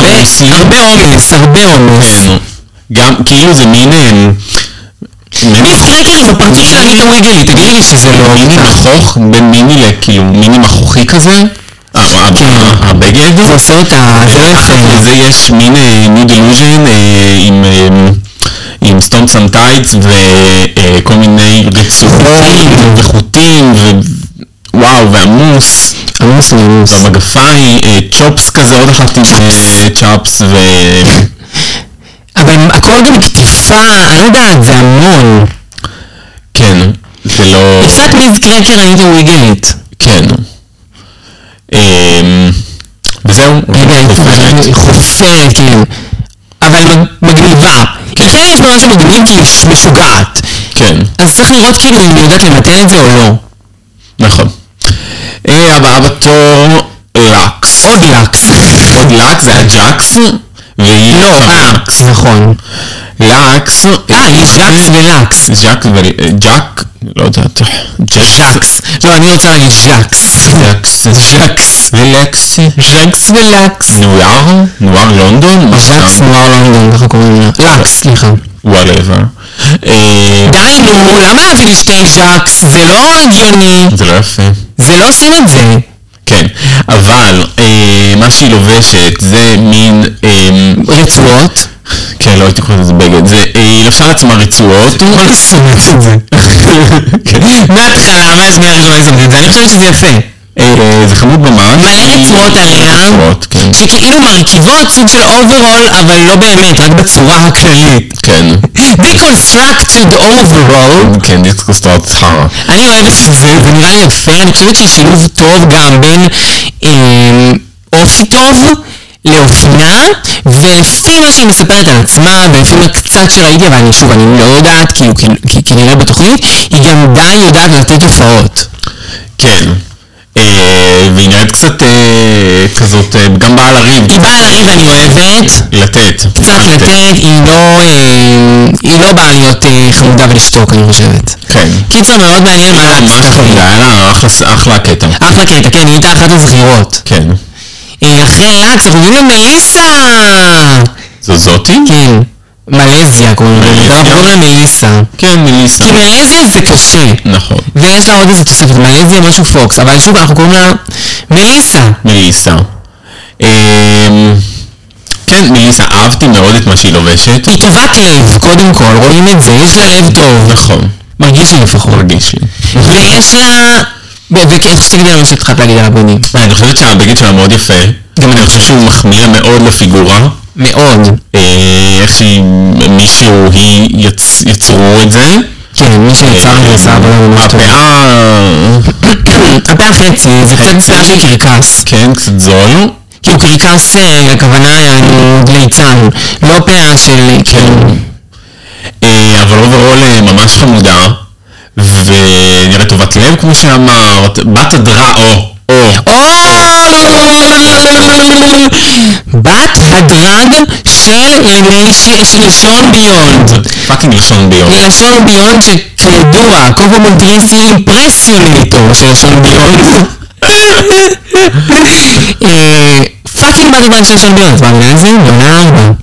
[SPEAKER 2] הרבה עומס, הרבה עומס.
[SPEAKER 3] גם, כאילו זה מין... אה,
[SPEAKER 2] איזקרטר זו פרצוף של המילה מרגלית, תגידי לי שזה לא
[SPEAKER 3] מיני
[SPEAKER 2] אותה.
[SPEAKER 3] מכוך, בין מיני לכאילו מיני מכוכי כאילו, כזה, ה- ה-
[SPEAKER 2] כן.
[SPEAKER 3] ה- הבגד,
[SPEAKER 2] זה עושה אותה, זה לא יפה.
[SPEAKER 3] אחרי זה יש מין ניו דילוז'ן עם אה, עם סטום סנטייטס וכל אה, מיני רצופים וחוטים ו- וואו ועמוס,
[SPEAKER 2] עמוס מעמוס.
[SPEAKER 3] מגפיים, אה, צ'ופס כזה, עוד אחת עם אה, צ'אפס ו...
[SPEAKER 2] אבל הכל גם תקיפה, אני יודעת, זה המון.
[SPEAKER 3] כן, זה לא...
[SPEAKER 2] יפעת מיז קרקר הייתי מרגלית.
[SPEAKER 3] כן. אה, וזהו, חופרת.
[SPEAKER 2] רגלית חופרת, כן. אבל מגניבה. לא לכן יש ממש מגניבים כי היא משוגעת.
[SPEAKER 3] כן.
[SPEAKER 2] אז צריך לראות כאילו אם היא יודעת לבטא את זה או לא.
[SPEAKER 3] נכון. אה, הבאה בתור לקס.
[SPEAKER 2] אדלקס.
[SPEAKER 3] עוד לקס, היה ג'קס, והיא
[SPEAKER 2] לא,
[SPEAKER 3] לקס.
[SPEAKER 2] נכון.
[SPEAKER 3] לקס,
[SPEAKER 2] אה, יש ז'קס ולקס.
[SPEAKER 3] ז'ק ו... ג'ק, לא יודעת, ג'קס,
[SPEAKER 2] ז'קס. לא, אני רוצה להגיד ז'קס.
[SPEAKER 3] ז'קס,
[SPEAKER 2] ז'קס.
[SPEAKER 3] ולקסי,
[SPEAKER 2] כן. ז'קס ולקס.
[SPEAKER 3] נואר, נואר לונדון,
[SPEAKER 2] ז'קס נוער לונדון, נכון. לא, ככה קוראים לה. לקס, סליחה.
[SPEAKER 3] וואטאבר. Eh,
[SPEAKER 2] די נו, למה לא להביא לשתי ז'קס? זה לא הגיוני.
[SPEAKER 3] זה לא יפה.
[SPEAKER 2] זה לא עושים את זה.
[SPEAKER 3] כן, אבל אה, מה שהיא לובשת זה מין... אה,
[SPEAKER 2] רצועות.
[SPEAKER 3] כן, לא הייתי קוראת לזה בגד. זה, אה, היא לבשה על עצמה רצועות.
[SPEAKER 2] מה אני שונאת את זה? מההתחלה, למה הסברתי לא עשיתי את זה? אני חושבת שזה יפה.
[SPEAKER 3] אה, זה חמוד ממש.
[SPEAKER 2] מלא רצועות עליה,
[SPEAKER 3] רצועות, כן.
[SPEAKER 2] שכאילו מרכיבות סוג של אוברול, אבל לא באמת, רק בצורה הכללית.
[SPEAKER 3] כן.
[SPEAKER 2] Deconstructed overall.
[SPEAKER 3] כן, דיסקו סטארט חרא.
[SPEAKER 2] אני אוהבת שזה, כן, זה נראה לי יפה, אני חושבת ששילוב טוב גם בין אה, אופי טוב לאופנה, ואפילו איך שהיא מספרת על עצמה, ולפי מה קצת שראיתי, אבל אני שוב, אני לא יודעת, כאילו, כי- כי- כי אני לא בתוכנית, היא גם די יודעת לתת הופעות.
[SPEAKER 3] כן. אה, והיא נראית קצת אה, כזאת, אה, גם באה לריב.
[SPEAKER 2] היא באה לריב, אני אוהבת,
[SPEAKER 3] לתת.
[SPEAKER 2] קצת לתת, היא לא, אה, היא לא באה להיות אה, חמודה ולשתוק, אני חושבת.
[SPEAKER 3] כן. אה,
[SPEAKER 2] קיצר מאוד מעניין לא מה
[SPEAKER 3] היא ממש
[SPEAKER 2] הצחקתי.
[SPEAKER 3] חמודה, היה לה לא, אחלה- אחלה קטע.
[SPEAKER 2] אחלה קטע, כן, היא הייתה אחת הזכירות.
[SPEAKER 3] כן.
[SPEAKER 2] אה, אחריה אנחנו רואים מליסה!
[SPEAKER 3] זו זאתי?
[SPEAKER 2] כן. מלזיה קוראים לזה,
[SPEAKER 3] מלזיה.
[SPEAKER 2] קוראים לה מליסה.
[SPEAKER 3] כן, מליסה.
[SPEAKER 2] כי מלזיה זה קשה.
[SPEAKER 3] נכון.
[SPEAKER 2] ויש לה עוד איזה תוספת, מלזיה משהו פוקס, אבל שוב אנחנו קוראים לה מליסה.
[SPEAKER 3] מליסה. אמ, כן, מליסה, אהבתי מאוד את מה שהיא לובשת.
[SPEAKER 2] היא טובת לב, קודם כל, רואים את זה, יש לה לב טוב.
[SPEAKER 3] נכון,
[SPEAKER 2] מרגיש לי לפחות.
[SPEAKER 3] מרגיש לי.
[SPEAKER 2] ויש לה... ו- וכן, תפסיק לי על מה שהתחלת להגיד על הבגדים.
[SPEAKER 3] אה, אני חושבת שהבגד שלה מאוד יפה.
[SPEAKER 2] גם אני.
[SPEAKER 3] אני חושב שהוא מחמיא לה מאוד לפיגורה.
[SPEAKER 2] מאוד.
[SPEAKER 3] אה, איך שהיא, מישהו, היא יצ- יצרו את זה. אה,
[SPEAKER 2] כן, מי שיצר את זה עשה עבודה ממש טובה.
[SPEAKER 3] הפאה,
[SPEAKER 2] הפאה חצי, זה קצת פאה של קרקס.
[SPEAKER 3] כן, קצת זול.
[SPEAKER 2] כאילו קרקס, אה, הכוונה, יענו, ליצן. לא פאה של, כאילו...
[SPEAKER 3] אה, אבל אוברול אה, ממש חמודה. ונראה טובת לב, כמו שאמרת. בת הדרה, או. או.
[SPEAKER 2] או! בת הדרג של ימי, של- של לשון ביונד.
[SPEAKER 3] פאקינג לשון ביום.
[SPEAKER 2] ללשון ביונד שכידוע, כל פעם מגדירים סי אימפרסיוניטו של לשון ביונד. אה, פאקינג לא מאמין של לשון ביונד, מאמינה לזה? לא מאמינה.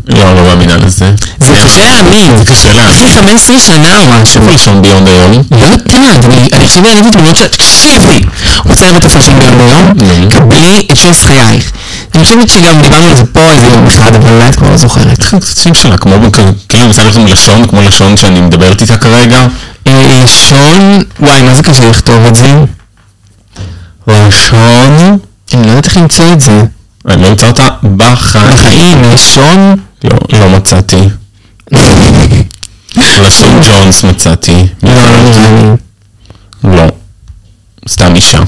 [SPEAKER 3] לא, לא מאמינה לזה.
[SPEAKER 2] זה קשה להאמין.
[SPEAKER 3] זה קשה
[SPEAKER 2] לפני
[SPEAKER 3] להאמין.
[SPEAKER 2] 15 שנה או משהו.
[SPEAKER 3] איפה לשון ביונד היום?
[SPEAKER 2] לא יודעת, אני אני עכשיו אראה את התמונות שלה, תקשיבי! רוצה לראות איפה לשון ביום ביום?
[SPEAKER 3] נו.
[SPEAKER 2] קבלי את נס חייך. אני חושבת שגם דיברנו על זה פה איזה יום אחד, אבל אני באמת כבר לא זוכרת.
[SPEAKER 3] איך הם קצת שם שלה? כמו, בכ- כאילו מצד אחד לשון, כמו לשון שאני מדברת איתה כרגע?
[SPEAKER 2] אה, לשון, וואי, מה זה קשה לכתוב את זה?
[SPEAKER 3] לשון?
[SPEAKER 2] אני לא יודעת איך למצוא את זה.
[SPEAKER 3] אני לא אמצא אותה בחיים.
[SPEAKER 2] בחיים, לשון?
[SPEAKER 3] לא, לא מצאתי. לשון ג'ונס מצאתי.
[SPEAKER 2] לא, לא נראה לי.
[SPEAKER 3] לא. סתם אישה.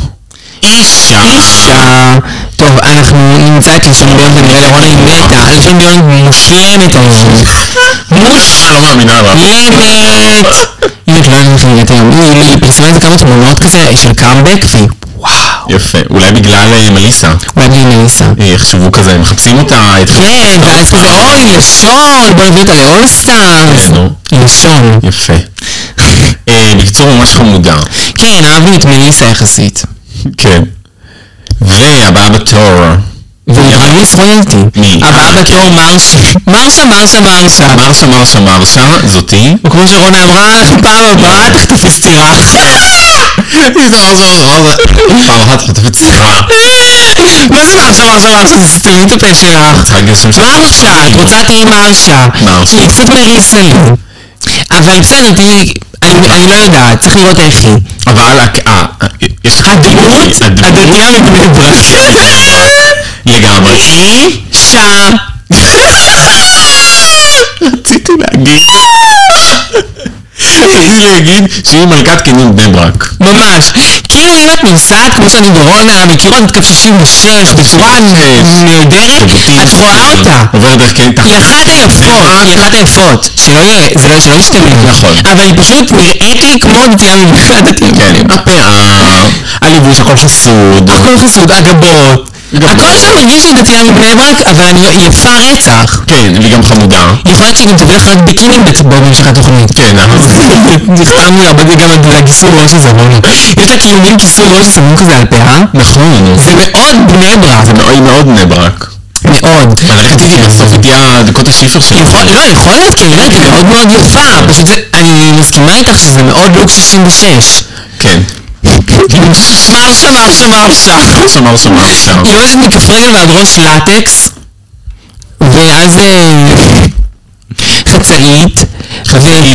[SPEAKER 2] אישה. טוב, אה, אנחנו נמצא את לשון ביום במילא רוני מתה. לשון ביום מושלמת היום.
[SPEAKER 3] אני לא מאמינה לה.
[SPEAKER 2] מושלמת! היא לא יודעת איך היא נראית היום. היא היא פרסמה איזה כמה תמונות כזה של קאמבק, והיא וואו.
[SPEAKER 3] יפה. אולי בגלל אה, מליסה.
[SPEAKER 2] אולי בלי מליסה.
[SPEAKER 3] אה, יחשבו כזה, הם מחפשים אותה,
[SPEAKER 2] לא
[SPEAKER 3] יתחילו...
[SPEAKER 2] כן, ואז כולם, אוי, לשון, בוא נביא אותה לאולסטאר.
[SPEAKER 3] נו,
[SPEAKER 2] לשון.
[SPEAKER 3] יפה. אה, בקיצור, ממש חמודה.
[SPEAKER 2] כן, אהבנו את מליסה יחסית.
[SPEAKER 3] כן. והבאה בתור.
[SPEAKER 2] ולאריס רולטי.
[SPEAKER 3] מי?
[SPEAKER 2] הבאה בתור מרשה. מרשה, מרשה, מרשה.
[SPEAKER 3] מרשה מרשה מרשה, זאתי.
[SPEAKER 2] וכמו שרונה אמרה, פעם הבאה תחטפי סטירה.
[SPEAKER 3] לא, פעם אחת חוטפת סטירה.
[SPEAKER 2] מה זה מרשה, מרשה, מרשה? זה סתירים את הפה שלך.
[SPEAKER 3] צריכה לגשם
[SPEAKER 2] לא מרשה, את רוצה תהיי מרשה.
[SPEAKER 3] מרשה.
[SPEAKER 2] תפסיק מריסה לי. אבל בסדר, תהיי... אני אני לא יודעת, צריך לראות איך היא.
[SPEAKER 3] אבל הק- אה, יש לך
[SPEAKER 2] הדמות, הדמות הנדבקת.
[SPEAKER 3] לגמרי.
[SPEAKER 2] אישה.
[SPEAKER 3] רציתי להגיד. רציתי להגיד שהיא מלכת קניון בני ברק.
[SPEAKER 2] ממש. כאילו אם את נוסעת, כמו שאני ורונה, כאילו בקילומטר 66, בצורה
[SPEAKER 3] כן.
[SPEAKER 2] נהדרת,
[SPEAKER 3] אוקיי,
[SPEAKER 2] את רואה אותה.
[SPEAKER 3] עוברת דרך קניון תחת.
[SPEAKER 2] לקראת היפות, לקראת היפות, שלא יהיה, זה שלא ישתמע.
[SPEAKER 3] נכון.
[SPEAKER 2] אבל היא פשוט נראית לי כמו הגזעים, לא יודעת אם
[SPEAKER 3] כן, הפאה, הלבוש, הכל חסוד.
[SPEAKER 2] הכל חסוד, הגבות,
[SPEAKER 3] גם-
[SPEAKER 2] הכל שם מרגיש לי דתייה מבני ברק, אבל אני יפה רצח.
[SPEAKER 3] כן, והיא גם חמודה.
[SPEAKER 2] יכול להיות שהיא גם תביא לך רק ביקינים בת- בהמשך התוכנית.
[SPEAKER 3] כן,
[SPEAKER 2] נכתבנו הרבה זה גם על הכיסוי ראש הזה, אמרנו. יש לה כאילו מין כיסוי ראש ששמים כזה על פאה.
[SPEAKER 3] נכון.
[SPEAKER 2] זה מאוד בני ברק,
[SPEAKER 3] זה מאוד- לא, היא מאוד בני ברק. כן.
[SPEAKER 2] מאוד.
[SPEAKER 3] אבל אני רציתי בסוף היא תהיה דקות השפר שלה.
[SPEAKER 2] נכון, לא, יכול להיות, כי באמת היא מאוד מאוד יפה, פשוט זה- אני מסכימה איתך שזה מאוד לוק 66.
[SPEAKER 3] כן.
[SPEAKER 2] מרשה, מרשה, מרשה.
[SPEAKER 3] מרשה מרשה מרשה.
[SPEAKER 2] כאילו היא מתוכננת ועד ראש לטקס, ואז אה, חצאית,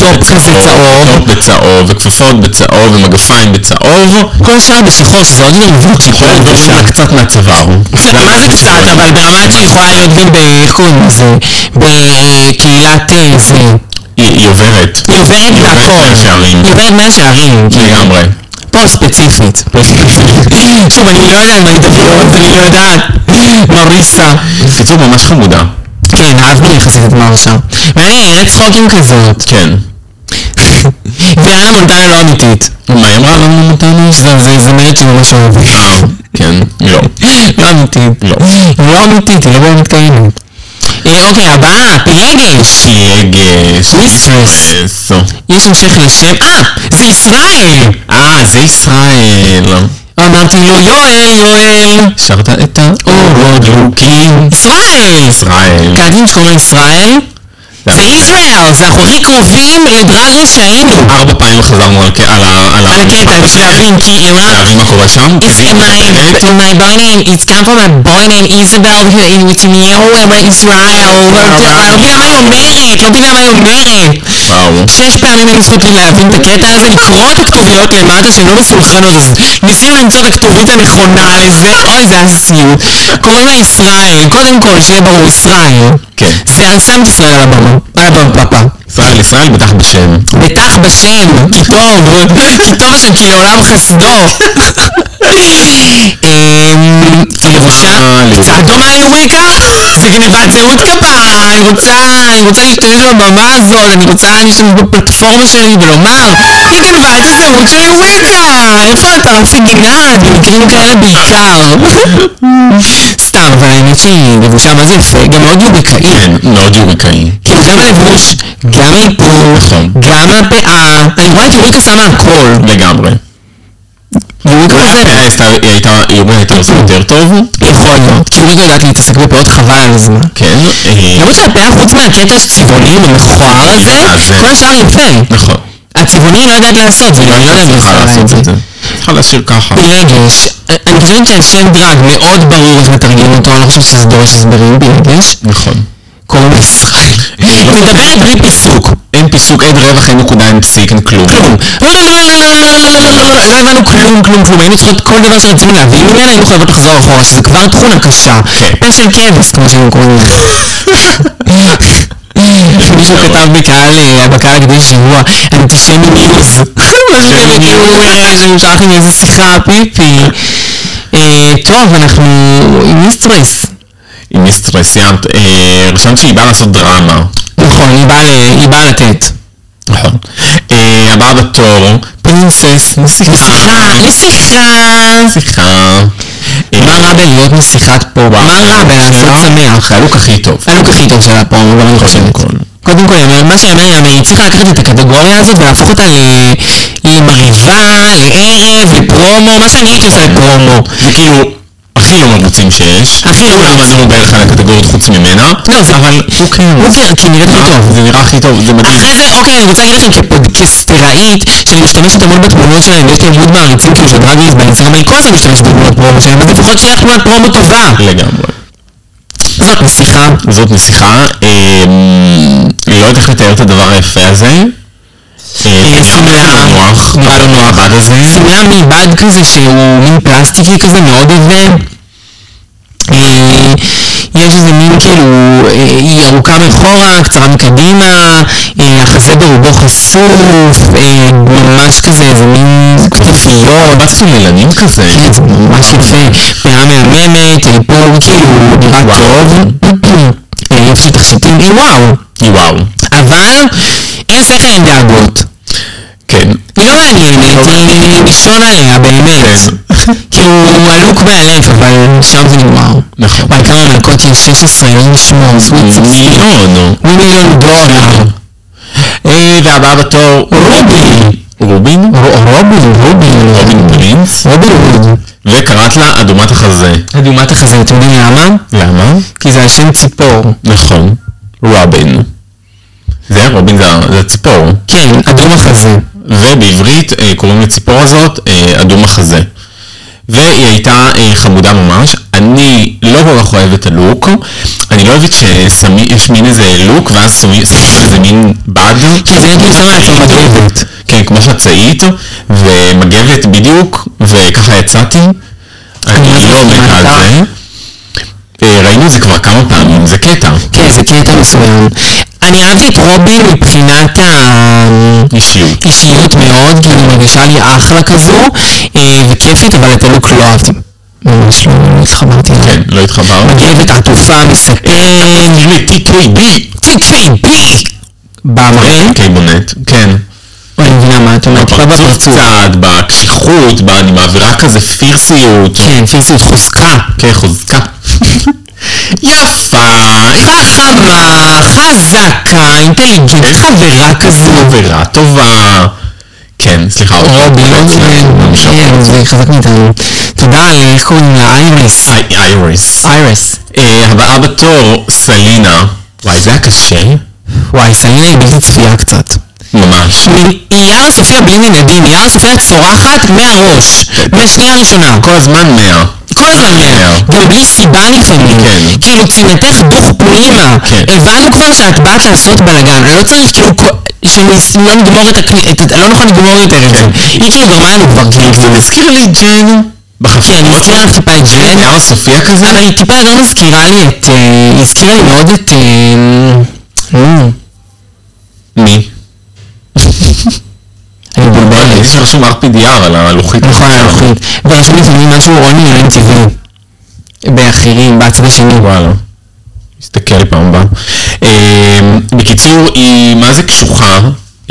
[SPEAKER 2] וטופ כזה צהוב,
[SPEAKER 3] טופ בצהוב, וכפפות בצהוב, ומגפיים בצהוב.
[SPEAKER 2] כל השאר בשחור, שזה עוד מעיוות שהיא יכולה להיות
[SPEAKER 3] שעה
[SPEAKER 2] גלברית.
[SPEAKER 3] קצת מהצוואר.
[SPEAKER 2] לא מהצוואר, לא אבל ברמת שהיא יכולה להיות גם ב... איך קוראים לזה? בקהילת אה, זה.
[SPEAKER 3] היא היא עוברת.
[SPEAKER 2] היא עוברת
[SPEAKER 3] מאה
[SPEAKER 2] מהכל.
[SPEAKER 3] שערים.
[SPEAKER 2] היא עוברת מהשערים.
[SPEAKER 3] לגמרי.
[SPEAKER 2] כן, פה ספציפית. שוב, אני לא יודעת, אני לא יודעת. מריסה.
[SPEAKER 3] בקיצור, ממש חמודה.
[SPEAKER 2] כן, אהבנו יחסית את מרשה. מעניין, היא נראית צחוקים כזאת. כן.
[SPEAKER 3] כן.
[SPEAKER 2] ויאנה מונטנה לא אמיתית.
[SPEAKER 3] מה היא אמרה לנו מתנה?
[SPEAKER 2] זהו, זו זמרת שאני ממש אוהבת.
[SPEAKER 3] כן. לא.
[SPEAKER 2] לא אמיתית.
[SPEAKER 3] לא.
[SPEAKER 2] היא לא אמיתית, היא לא באמת קיימת. אה, אוקיי, הבאה, פילגש.
[SPEAKER 3] פילגש.
[SPEAKER 2] מיסטרס.
[SPEAKER 3] איסו.
[SPEAKER 2] יש המשך לשם... אה, זה ישראל! אה,
[SPEAKER 3] אה, זה ישראל.
[SPEAKER 2] אמרתי לו יואל, יואל.
[SPEAKER 3] שרת Oh, את האורות לוקים.
[SPEAKER 2] ישראל!
[SPEAKER 3] ישראל.
[SPEAKER 2] קראתי שקוראים לה ישראל, יפה, אז אנחנו הכי קרובים לדרמה שהיינו.
[SPEAKER 3] ארבע פעמים לא חזרנו על על ה... על
[SPEAKER 2] I keep on shouting to you out.
[SPEAKER 3] על מה קורה שם.
[SPEAKER 2] See my, my boy name is Tampa, my boy name Isabel, he- it's Neil, Israel, המדינה האומרת, המדינה האומרת.
[SPEAKER 3] וואו.
[SPEAKER 2] שש פעמים היו מספרים להבין את הקטע הזה, לקרוא את הכתוביות, אמרתי שאינו מסונכרן, אז ניסינו למצוא את הכתובית הנכונה, איזה, אוי, זה הסיוט. קוראים לה ישראל, קודם כל, שיהיה ברור, ישראל.
[SPEAKER 3] כן.
[SPEAKER 2] ישראל, שים ישראל על הבמה, על אדון פאפה.
[SPEAKER 3] ישראל, ישראל, בטח בשם.
[SPEAKER 2] בטח בשם, הטוב, הטוב של כאילו עולם חסדו. אמ,
[SPEAKER 3] אני רוצה לראות.
[SPEAKER 2] האדומה יוריקה, זה גניבת זהות פאפה, אני רוצה, אני רוצה להשתלט על הבמה הזו, אני רוצה להשתמש בפלטפורמה שלי ולומר, היא גנבה את הזהות של יוריקה, אה, איפה הטרנסגנר, במקרים כאלה בעיקר. סתם, אבל האמת שהיא לבושה מה זה יפה, גם מאוד יוריקאית.
[SPEAKER 3] כן, מאוד יוריקאי.
[SPEAKER 2] כאילו גם הלבוש, גם האיפור,
[SPEAKER 3] נכון.
[SPEAKER 2] גם הפאה, אני רואה את יוריקה שמה הכל.
[SPEAKER 3] לגמרי.
[SPEAKER 2] יוריקה
[SPEAKER 3] לא,
[SPEAKER 2] הולכת-
[SPEAKER 3] היא הייתה, היא הייתה, היא הייתה עושה יותר טוב.
[SPEAKER 2] נכון, כי יוריקה יודעת להתעסק בפאות חבל על הזמן.
[SPEAKER 3] כן. אה,
[SPEAKER 2] לא משעפע חוץ מהקטע הצבעוני המכוער הזה,
[SPEAKER 3] הזה.
[SPEAKER 2] כל השאר יפה.
[SPEAKER 3] נכון.
[SPEAKER 2] הצבעוני היא לא יודעת לעשות, אה, זה אה, מעניין
[SPEAKER 3] היא לא
[SPEAKER 2] אם היא
[SPEAKER 3] צריכה
[SPEAKER 2] עושה
[SPEAKER 3] לעשות את זה. לא צריכה להשאיר ככה.
[SPEAKER 2] לא ברגש, אני חושבת שהשם דרג כן, מאוד ברור איך מתרגמים אותו, אני לא חושבת שזה דורש הסברים ברגש.
[SPEAKER 3] נכון.
[SPEAKER 2] קוראים לה ישראל. היא מדברת בלי פיסוק.
[SPEAKER 3] אין פיסוק, אין רווח, אין נקודה, אין פסיק, אין כלום.
[SPEAKER 2] כלום. אה, לא הבנו כלום, כלום, כלום. היינו צריכות כל דבר שרצינו להבין ממנה, היינו חייבות לחזור אחורה, שזה כבר תכונה קשה. תוכן כבש, כמו שהם קוראים לזה. מישהו כתב בקהל, אה, בקהל הגדול שבוע, אנטישמי ניוז. כאילו, אה, שנשארתי מאיזה שיחה פיפי. אה, טוב, אנחנו עם מיסטרס.
[SPEAKER 3] היא מיסטרס, יאנט. אה, רשמתי שהיא באה לעשות דרמה.
[SPEAKER 2] נכון, היא באה ל- היא באה לתת.
[SPEAKER 3] נכון. אה, הבאה בתור, פרינסס,
[SPEAKER 2] נסיכה, נסיכה.
[SPEAKER 3] נסיכה.
[SPEAKER 2] מה רע בלהיות נסיכת פה? מה רע בלעשות שמח?
[SPEAKER 3] הלוק הכי טוב.
[SPEAKER 2] הלוק הכי טוב שלה פה, אבל אני לא
[SPEAKER 3] קודם
[SPEAKER 2] חושבת.
[SPEAKER 3] כל.
[SPEAKER 2] קודם כל, אבל מה שאני אומרת, אבל היא צריכה לקחת את הקטגוריה הזאת ולהפוך אותה ל- למריבה, לערב, לפרומו, מה שאני הייתי עושה לפרומו.
[SPEAKER 3] זה כאילו הכי לא מרוצים שיש.
[SPEAKER 2] הכי לא
[SPEAKER 3] כולם עזרו בערך על הקטגוריות חוץ ממנה.
[SPEAKER 2] נכון.
[SPEAKER 3] אבל אוקיי.
[SPEAKER 2] אוקיי, כי היא נראית הכי טוב.
[SPEAKER 3] זה נראה הכי טוב, זה מדהים.
[SPEAKER 2] אחרי זה, אוקיי, אני רוצה להגיד לכם כפודקסטראית, שאני משתמשת לא המון בתמונות שלהם, ויש לי עמוד מעריצים כאילו של דרגיז, בנזיר בן כהן משתמש בתמונות פרומו שלהם, אז לפחות שיהיה תמונת פרומו טובה.
[SPEAKER 3] לגמרי.
[SPEAKER 2] זאת נסיכה.
[SPEAKER 3] זאת נסיכה, אה, אני לא יודעת איך לתאר את הדבר היפה הזה. אה,
[SPEAKER 2] אה, שמלה.
[SPEAKER 3] המוח, המעבד הזה.
[SPEAKER 2] שמלה מעיבד כזה שהוא מין פלסטיקי כזה מאוד עבה. אה, יש איזה מין כאילו, אה, היא ארוכה מאחורה, קצרה מקדימה, אה, החזה ברובו חשוף, אה, ממש כזה איזה מין כתפיות,
[SPEAKER 3] מבט סוללנים כזה.
[SPEAKER 2] כן, זה ממש יפה, פאה מהממת, איפור כאילו נראה טוב, אה, יש לי תכשיטים, היא וואו,
[SPEAKER 3] וואו.
[SPEAKER 2] אבל אין שכל עם דאגות.
[SPEAKER 3] כן.
[SPEAKER 2] לא מעניינת, אה, לשון עליה באמת. כאילו, הלוק מאלף, אבל שם זה נגמר.
[SPEAKER 3] נכון.
[SPEAKER 2] וואי, כמה מלכות יש? 16, לא נשמע.
[SPEAKER 3] מיליון.
[SPEAKER 2] מיליון דולר. E
[SPEAKER 3] אה, והבאה בתור
[SPEAKER 2] רובין.
[SPEAKER 3] רובין?
[SPEAKER 2] ר- רובין, רובין.
[SPEAKER 3] רובין פרינס.
[SPEAKER 2] רובין הוד.
[SPEAKER 3] וקראת לה אדומת החזה.
[SPEAKER 2] אדומת החזה, אתם יודעים למה?
[SPEAKER 3] למה?
[SPEAKER 2] כי זה על שם ציפור.
[SPEAKER 3] נכון. רובין. זה רובין זה ה- זה הציפור.
[SPEAKER 2] כן, אדום החזה.
[SPEAKER 3] ובעברית אה, קוראים לציפור הזאת אה, אדום החזה. והיא הייתה אה, חמודה ממש, אני לא כל כך אוהב את הלוק, אני לא אוהבת שיש מין איזה לוק ואז שמים שמים איזה מין בד.
[SPEAKER 2] כן, זה נגיד כמו לעצור מגבת.
[SPEAKER 3] כן, כמו חצאית, ומגבת בדיוק, וככה יצאתי. אני לא מתה על זה. אה, ראינו את זה כבר כמה פעמים, זה קטע.
[SPEAKER 2] כן, זה קטע מסוים. אני אהבתי את רובין מבחינת ה...
[SPEAKER 3] אישיות.
[SPEAKER 2] אישיות מאוד, כאילו היא מרגישה לי אחלה כזו, אה, וכיפית, אבל את הלוק לא אהבתי. ממש לא, לא התחברתי אליה.
[SPEAKER 3] כן, לא התחברנו.
[SPEAKER 2] מגבת עטופה, מספרת,
[SPEAKER 3] הנה TKB.
[SPEAKER 2] TKB! במראה,
[SPEAKER 3] אוקיי, בונט, כן.
[SPEAKER 2] אני מבינה מה את אומרת, אבל
[SPEAKER 3] בפרצוף
[SPEAKER 2] במרצוף.
[SPEAKER 3] קצת, בקשיחות, ב- אני מעבירה כזה פירסיות, כן,
[SPEAKER 2] כן, פרסום חוזקה,
[SPEAKER 3] כחוזקה.
[SPEAKER 2] יפה, כן, חכמה, חזקה, אינטליגנט, חברה כזו.
[SPEAKER 3] חברה טובה. כן, סליחה, עוד פעם,
[SPEAKER 2] רובי,
[SPEAKER 3] לא הצלחנו,
[SPEAKER 2] אה,
[SPEAKER 3] ממש לא.
[SPEAKER 2] כן, זה חזק מאיתנו. תודה, אה, איך קוראים לה? אייריס.
[SPEAKER 3] אי- אייריס.
[SPEAKER 2] אייריס.
[SPEAKER 3] אה, הבאה בתור, סלינה. וואי, זה היה קשה.
[SPEAKER 2] וואי, סליה היא בלתי צפייה קצת.
[SPEAKER 3] ממש.
[SPEAKER 2] היא נראה עפיפה בלי מנעדים, נראה עפיפה צורחת מהראש, מהשנייה הראשונה.
[SPEAKER 3] כל הזמן 100.
[SPEAKER 2] כל הזמן מאה, גם בלי סיבה לפעמים,
[SPEAKER 3] כן.
[SPEAKER 2] כאילו תנתח דוח פנימה,
[SPEAKER 3] כן.
[SPEAKER 2] הבנו כבר שאת באת לעשות בלאגן, אני לא צריך כאילו כל- שלא לא נגמור את הכנסת, לא נוכל לגמור את הערב, היא כאילו גמרה לנו כבר, כאילו,
[SPEAKER 3] זה מזכיר לי את ג'יין
[SPEAKER 2] היא
[SPEAKER 3] בחפירה.
[SPEAKER 2] הזכירה לך טיפה את ג'ן,
[SPEAKER 3] נראה כן, סופיה כזה.
[SPEAKER 2] אבל היא טיפה לא מזכירה לי את, אה, היא הזכירה לי מאוד את, אה, אה,
[SPEAKER 3] מי?
[SPEAKER 2] אני
[SPEAKER 3] אה,
[SPEAKER 2] מבולבלת,
[SPEAKER 3] יש רשום RPDR על הלוחית.
[SPEAKER 2] נכון על הלוחית, ורשום לפעמים משהו רוני אלוהים טבעי, באחרים, בצד השני,
[SPEAKER 3] וואלה. נסתכל לי פעם הבאה. אה, בקיצור, היא מה זה קשוחה,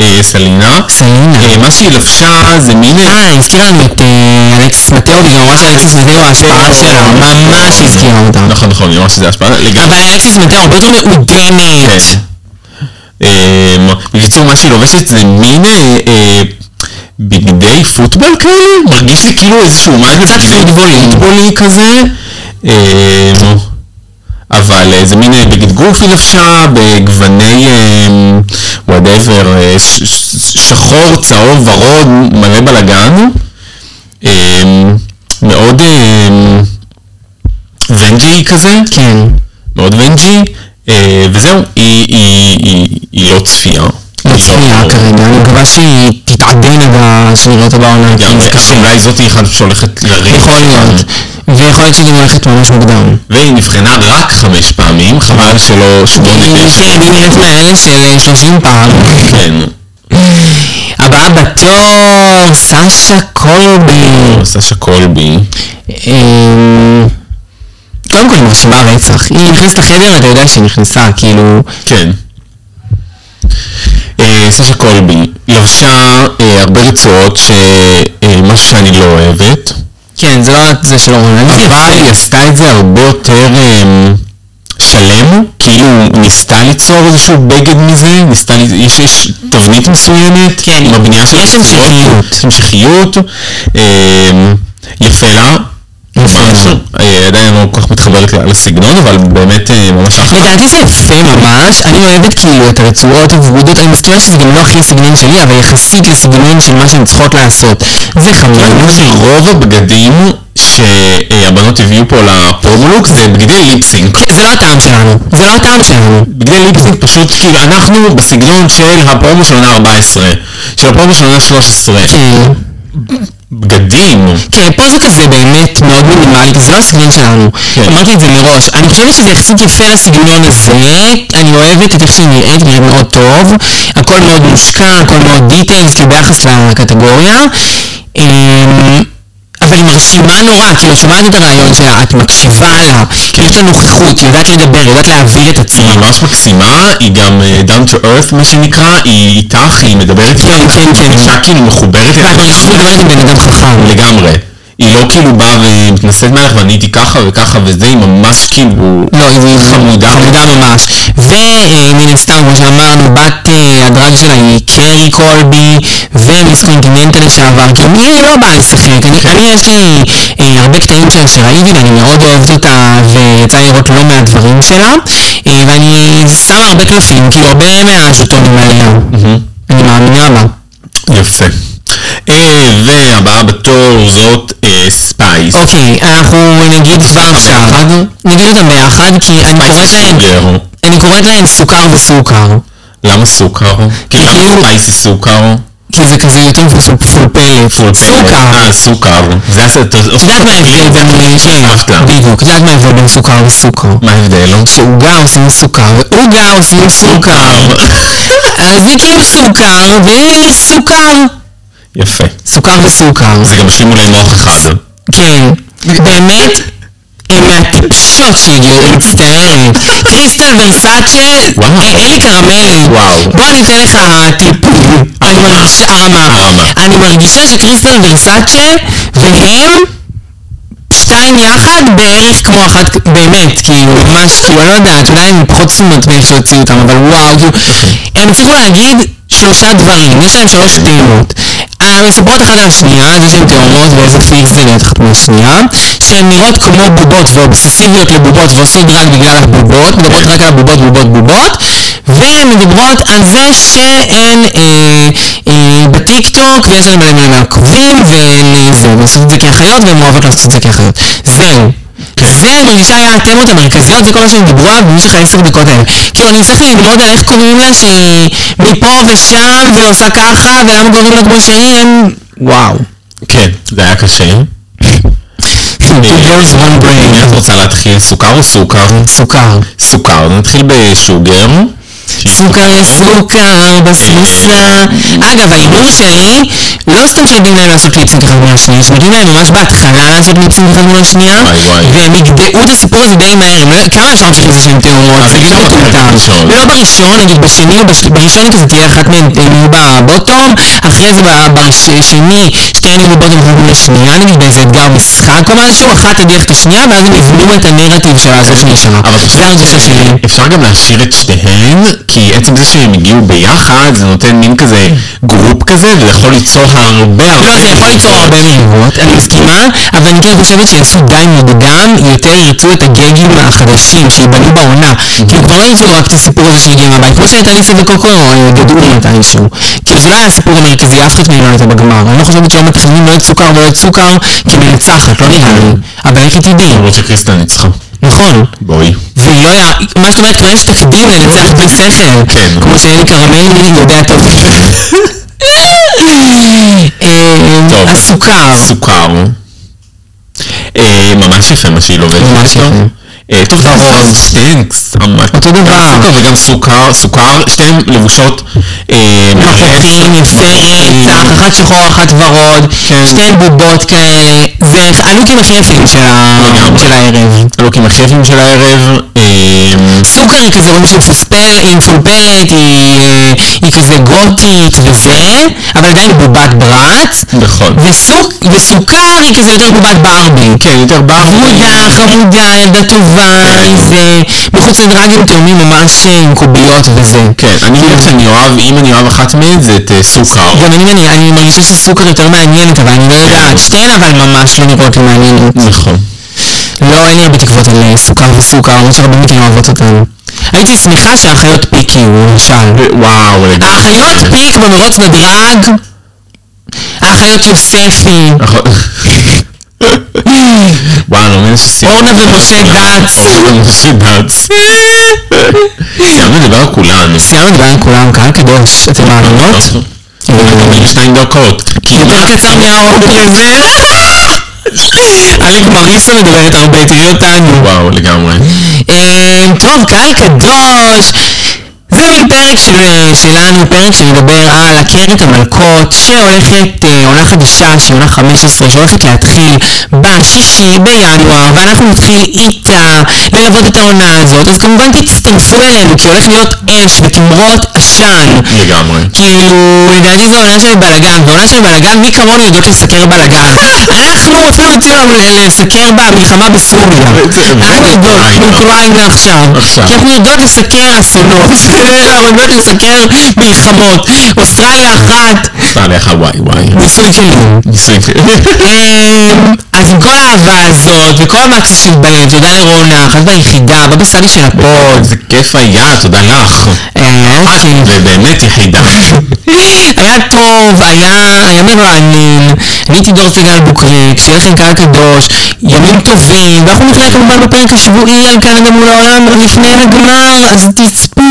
[SPEAKER 3] אה, סלינה.
[SPEAKER 2] סלינה.
[SPEAKER 3] אה, מה שהיא לבשה זה מין...
[SPEAKER 2] אה, היא הזכירה לנו את אה, אלכסיס מטאובי, למרות שאלכסיס מטאובי
[SPEAKER 3] כן.
[SPEAKER 2] ההשפעה שלה ממש הזכירה אותה.
[SPEAKER 3] אה, נכון, נכון, היא ממש זה השפעה לגמרי.
[SPEAKER 2] אבל אלכסיס מטאובי באופן הוא גיימרית.
[SPEAKER 3] כן. אמ, בקיצור, מה שהיא לובשת זה מין אה, אה, בגדי פוטבול כאלה? מרגיש לי כאילו איזשהו מה כזה
[SPEAKER 2] פוטבולי.
[SPEAKER 3] פוטבולי כזה. אמ, אבל אה, זה מין אה, בגד גוף היא לבשה, בגווני אה, וואטאבר, שחור, צהוב, ורוד, מלא בלאגן. אמ, מאוד אמ, ונג'י כזה.
[SPEAKER 2] כן.
[SPEAKER 3] מאוד ונג'י, אה, וזהו, היא, היא, היא, היא לא צפייה.
[SPEAKER 2] לא צפויה כרגע, אני מקווה שהיא תתעדנה בשנראה אותה בעונה, כי היא
[SPEAKER 3] גם,
[SPEAKER 2] מתקשה.
[SPEAKER 3] אולי זאת היא אחת שהולכת לרדת.
[SPEAKER 2] יכול להיות. ויכול להיות שהיא גם הולכת ממש מוקדם.
[SPEAKER 3] והיא נבחנה רק חמש פעמים, חבל שלא... שלא
[SPEAKER 2] היא
[SPEAKER 3] נראה.
[SPEAKER 2] היא נראית מאלה של אה, 30 פעם.
[SPEAKER 3] כן.
[SPEAKER 2] הבאה בתור, סשה קולבי.
[SPEAKER 3] או, אה, סשה קולבי.
[SPEAKER 2] אמ, קודם כל היא מרשימה רצח. היא נכנסת לחדר, אתה יודע שהיא נכנסה, כאילו...
[SPEAKER 3] כן. אה, סשה קולבי לבשה אה, הרבה רצועות, ש- אה, משהו שאני לא אוהבת.
[SPEAKER 2] כן, זה לא רק זה של אורן.
[SPEAKER 3] אבל היא עשתה את זה הרבה יותר אמ, שלם, כאילו ניסתה ליצור איזשהו בגד מזה, ניסתה, ל- יש, יש תבנית מסוימת,
[SPEAKER 2] כן,
[SPEAKER 3] עם הבנייה של
[SPEAKER 2] יש
[SPEAKER 3] הרצועות,
[SPEAKER 2] המשכיות.
[SPEAKER 3] המשכיות, אמ, יפה לה,
[SPEAKER 2] יפה לה.
[SPEAKER 3] משהו, אה, עדיין לא כל כך מתחברת ל- לסגנון, אבל באמת אה, ממש אחלה.
[SPEAKER 2] לדעתי זה יפה ממש, אני אוהבת כאילו את הרצועות הוורודות, אני מסכימה שזה גם לא הכי הסגנון שלי, אבל יחסית לסגנון של מה שהן צריכות לעשות. זה
[SPEAKER 3] אני
[SPEAKER 2] חמוד.
[SPEAKER 3] חושב שרוב הבגדים שהבנות הביאו פה לפרומולוק זה בגדי ליפסינק.
[SPEAKER 2] זה לא הטעם שלנו, זה לא הטעם שלנו.
[SPEAKER 3] בגלל ליפסינג פשוט כאילו אנחנו בסגנון של הפרומו של עונה 14, של הפרומו של עונה 13,
[SPEAKER 2] כן.
[SPEAKER 3] בגדים,
[SPEAKER 2] כן, פה זה כזה באמת מאוד מינימלי, זה לא הסגנון שלנו.
[SPEAKER 3] כן.
[SPEAKER 2] אמרתי את זה מראש. אני לא חושבת שזה יחסית יפה לסגנון הזה, אני אוהבת את איך שהיא נראית, נראית מאוד טוב. הכל מאוד מושקע, הכל מאוד דיטיילס, כאילו ביחס לקטגוריה. אמ, אבל היא מרשימה נורא, כאילו אנחנו אוהבים את הרעיון שלה, את מקשיבה לה, כאילו יש לה נוכחות, היא יודעת לדבר, היא יודעת להעביר את
[SPEAKER 3] היא
[SPEAKER 2] עצמה.
[SPEAKER 3] ממש מקסימה, היא גם אה, down to earth מה שנקרא, היא איתך, היא מדברת
[SPEAKER 2] כן,
[SPEAKER 3] איתך,
[SPEAKER 2] כן, כן.
[SPEAKER 3] אישה כאילו מחוברת
[SPEAKER 2] היא
[SPEAKER 3] אלייך
[SPEAKER 2] ממש מדברת עם בן אדם חכם.
[SPEAKER 3] לגמרי. היא לא כאילו באה ומתנשאת מעליך ואני הייתי ככה וככה וזה, היא ממש כאילו
[SPEAKER 2] לא, היא
[SPEAKER 3] חמודה.
[SPEAKER 2] חמודה ממש. ומן הסתם, כמו שאמרנו, בת אה, הדרג שלה היא קרי קולבי, ומיס קונטיננטה לשעבר. גם היא לא באה לשחק. אני, אני יש לי אה, הרבה קטעים שלה שראיתי, ואני מאוד אוהבת אותה, ויצא לי לראות לא מעט דברים שלה. אה, ואני שמה הרבה קלפים, כאילו הרבה מהז'יטונים האלה. אני מאמינה בה.
[SPEAKER 3] יפה. אה, והבאה בתור זאת אה, ספייס.
[SPEAKER 2] אוקיי, אנחנו נגיד כבר עכשיו, נגיד אותם ביחד, כי אני חושבת שהם,
[SPEAKER 3] גרו.
[SPEAKER 2] אני קוראת להם סוכר וסוכר.
[SPEAKER 3] למה סוכר? כאילו למה
[SPEAKER 2] כאילו-
[SPEAKER 3] ספייסי סוכר?
[SPEAKER 2] כי זה כזה יותר פול- פולפל,
[SPEAKER 3] פול
[SPEAKER 2] סוכר.
[SPEAKER 3] אה, סוכר. זה הסרט. את
[SPEAKER 2] את יודעת מה ההבדל בין
[SPEAKER 3] סבתא.
[SPEAKER 2] בדיוק, את יודעת מה ההבדל בין סוכר וסוכר?
[SPEAKER 3] מה ההבדל?
[SPEAKER 2] שעוגה עושים סוכר, ועוגה עושים סוכר.
[SPEAKER 3] סוכר.
[SPEAKER 2] אז זה כאילו סוכר וסוכר.
[SPEAKER 3] יפה.
[SPEAKER 2] סוכר וסוכר.
[SPEAKER 3] זה גם השלימו לנוח אחד.
[SPEAKER 2] כן, באמת, הן מהטיפשות שהגיעו, אני מצטערת. קריסטל ורסאצ'ה,
[SPEAKER 3] וואו.
[SPEAKER 2] אלי קרמלי.
[SPEAKER 3] וואו.
[SPEAKER 2] בוא אני אתן לך טיפול. על ממש, על
[SPEAKER 3] הרמה.
[SPEAKER 2] הרמה. אני מרגישה שקריסטל ורסאצ'ה והם שתיים יחד בערך כמו אחת, באמת, כאילו, ממש, כאילו, אני לא יודעת, אולי הן פחות שמות מאיך שהוציאו אותם, אבל וואו, כאילו, הן הצליחו להגיד שלושה דברים, יש להם שלוש תאומות. המחוברות אחת על השנייה, אז יש להן תאומות באופן פיזי אחת מהשנייה, שהן נראות כמו בובות ואובססיביות לבובות ועושות דרג בגלל הבובות, מדברות רק על הבובות, בובות, בובות, ומדברות על זה שהן אה, אה, בטיקטוק יש להן בני מיליון עוקבים והן אה, זה, והן עושות את זה כאחיות והן לא אוהבות לעשות את זה כאחיות. זהו. זה במיוחד היה התמות המרכזיות, זה כל מה שהם דיברו עליו במשך העשר דקות האלה. כאילו, אני אצטרך לדבר על איך קוראים לה שהיא מפה ושם ועושה ככה ולמה גורמים לה כמו שהם. וואו.
[SPEAKER 3] כן, זה היה קשה.
[SPEAKER 2] Two birds, one
[SPEAKER 3] אם את
[SPEAKER 2] brain.
[SPEAKER 3] רוצה להתחיל סוכר או סוכר?
[SPEAKER 2] סוכר.
[SPEAKER 3] סוכר, נתחיל בשוגר.
[SPEAKER 2] סוכר לסוכר בסריסה. אגב, ההימור שלי, לא סתם שג'וניור לא עושות ליפסינג אחד מול השנייה, שבג'וניור ממש בהתחלה עושות ליפסינג אחד מול השנייה,
[SPEAKER 3] וואי, וואי.
[SPEAKER 2] והם יגדעו את הסיפור הזה די מהר, הם לא- כמה אפשר להמשיך את זה שהם תיאומו?
[SPEAKER 3] אז תגידי לא בקטע הראשון.
[SPEAKER 2] לא בראשון, נגיד בשני, או בש- בראשון כזה תהיה
[SPEAKER 3] נכון.
[SPEAKER 2] אחת מהן תהיו בבוטום, אחרי זה ב- בשני, שתיהן יהיו בבוטום אחת מול השנייה, נגיד באיזה אתגר משחק או משהו, אחת תדיח את השנייה, ואז הם יבנו את הנרטיב של האסוף נשארה.
[SPEAKER 3] אבל
[SPEAKER 2] זה ההרגשה שלי.
[SPEAKER 3] אפשר גם להשאיר את שתיהן, כי עצם זה שהם הגיעו ביחד, זה נותן מין כזה גרופ כזה, וזה יכול ליצור הרבה הרבה...
[SPEAKER 2] לא, זה יכול ליצור הרבה ריבות, אני מסכימה, אבל אני כאילו חושבת שיעשו די מוקדם, יותר ירצו את הגגים החדשים שייבנו בעונה. כאילו כבר לא יביאו רק את הסיפור הזה שהגיעו מהבית, כמו שהייתה ניסי וקוקו, אה, גדעו מתישהו. כאילו זה לא היה הסיפור המרכזי, אף אחת מהן לא הייתה בגמר. אני לא חושבת שהיום מתכננים לא את סוכר ולא את סוכר כמנצחת, לא נראה לי. אבל איך היא תדעי?
[SPEAKER 3] למרות שקריסטה ניצחה.
[SPEAKER 2] נכון.
[SPEAKER 3] בואי.
[SPEAKER 2] והיא לא היה, מה שאת אומרת, לא יש תקדים לנצח בלי שכל.
[SPEAKER 3] כן.
[SPEAKER 2] כמו שאלי כרמלי יודע טוב. אה,
[SPEAKER 3] טוב.
[SPEAKER 2] אז סוכר.
[SPEAKER 3] סוכר. אה, ממש יפה מה שהיא לומדת.
[SPEAKER 2] ממש
[SPEAKER 3] איתו.
[SPEAKER 2] יפה.
[SPEAKER 3] אה, טוב, כן,
[SPEAKER 2] כבוד.
[SPEAKER 3] סטנקס,
[SPEAKER 2] אותו דבר.
[SPEAKER 3] אה, וגם סוכר, סוכר, שתיהן לבושות אה,
[SPEAKER 2] נורבגים עם סרט, צח, אחת שחור, אחת ורוד,
[SPEAKER 3] כן.
[SPEAKER 2] שתי בובות כאלה, זה הלוקים הכי יפים של ה- של הערב.
[SPEAKER 3] הלוקים הכי יפים של הערב. אה,
[SPEAKER 2] סוכר היא כזה ממש מפוספרת, היא מפולפלת, היא, אה, היא כזה גותית וזה, אבל עדיין בובת ברץ,
[SPEAKER 3] נכון.
[SPEAKER 2] וסוק, וסוכר היא כזה יותר בובת ברבי.
[SPEAKER 3] כן, יותר ברבי. כן.
[SPEAKER 2] חמודה, חמודה, ילדה טובה, זה, מחוץ לדרגים תאומים ממש אה, עם קוביות וזה. כאילו,
[SPEAKER 3] כן, אני חושבת שאני אוהב, אם אני אוהב אחת מהן זה את אה, סוכר.
[SPEAKER 2] גם אני, מני- אני מרגישה שסוכר יותר מעניינת, אבל אני לא יודעת. שתיהן אבל ממש לא נראות לי מעניינות.
[SPEAKER 3] כן. נכון.
[SPEAKER 2] לא, אין לי הרבה תקוות על אה, סוכר וסוכר, למרות שהרבה מכן אוהבות אותנו. אני הייתי שמחה שהאחיות פיקי, למשל.
[SPEAKER 3] וואו, לגמרי.
[SPEAKER 2] האחיות פיק במרוץ בדרג, האחיות יוספי,
[SPEAKER 3] נכון. וואו, נו, איזה סיפור. נכון.
[SPEAKER 2] אורנה ומשה דץ.
[SPEAKER 3] שיבץ. סיימנו לדבר על נכון. כולן.
[SPEAKER 2] סיימנו לדבר על כולם כאן קדוש אצל
[SPEAKER 3] אה, לא,
[SPEAKER 2] האלונות.
[SPEAKER 3] סיימנו שתי דקות.
[SPEAKER 2] יותר קצר מהאורדוריזם. אני כבר אי אפשר מדברת הרבה, תראי אותנו.
[SPEAKER 3] וואו, לגמרי.
[SPEAKER 2] אה, טוב, קהל קדוש. זה היה פרק של, שלנו, פרק שמדבר על עקרת המלכות שהולכת, אה, עונה חדשה שהיא עונה 15 שהולכת להתחיל בשישי בינואר ואנחנו נתחיל איתה ללוות את העונה הזאת אז כמובן תצטרפו אלינו כי הולך להיות אש ותמרות עשן
[SPEAKER 3] לגמרי.
[SPEAKER 2] כאילו, לדעתי זו עונה של בלאגן, ועונה של בלאגן, מי כמוני יודעות לסקר בלאגן. אנחנו עושים עכשיו ל- לסקר במלחמה בסוריה.
[SPEAKER 3] אה,
[SPEAKER 2] אנחנו יודעות, באוקראינה עכשיו. לא
[SPEAKER 3] עכשיו.
[SPEAKER 2] שאנחנו יודעות לסקר אסונות, אנחנו יודעות לסקר מלחמות. אוסטרליה אחת,
[SPEAKER 3] סליחה, לך, אה, וואי, וואי.
[SPEAKER 2] ניסוי שלנו.
[SPEAKER 3] ניסוי ש-
[SPEAKER 2] אמ, אז עם כל האהבה הזאת, וכל המקס שבלב, תודה לרונה, אחת ביחידה, בבא סאלי של הפוד.
[SPEAKER 3] איזה כיף היה, תודה לך.
[SPEAKER 2] אה, אוקיי.
[SPEAKER 3] ובאמת יחידה.
[SPEAKER 2] היה טוב, היה ימים רעננים, אני הייתי דור סגל בוקרי, כשיהיה לכם קהל קדוש, ימים טובים, ואנחנו נתראה כמובן בפרק השבועי על כאן ומול העולם לפני הגמר, אז תצפו.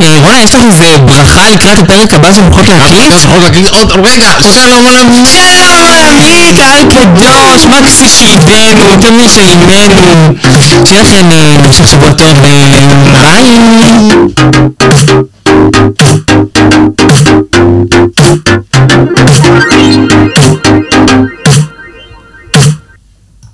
[SPEAKER 2] אה, רונה, יש לך איזה ברכה לקראת הפרק הבא שאתם יכולות להקליט?
[SPEAKER 3] יכולת להגיד עוד רגע,
[SPEAKER 2] שלום עולמנו, קהל קדוש, מקס יחידנו, תן מה שעימנו. שיהיה לכם אה, המשך שבוע טוב, אה, ביי.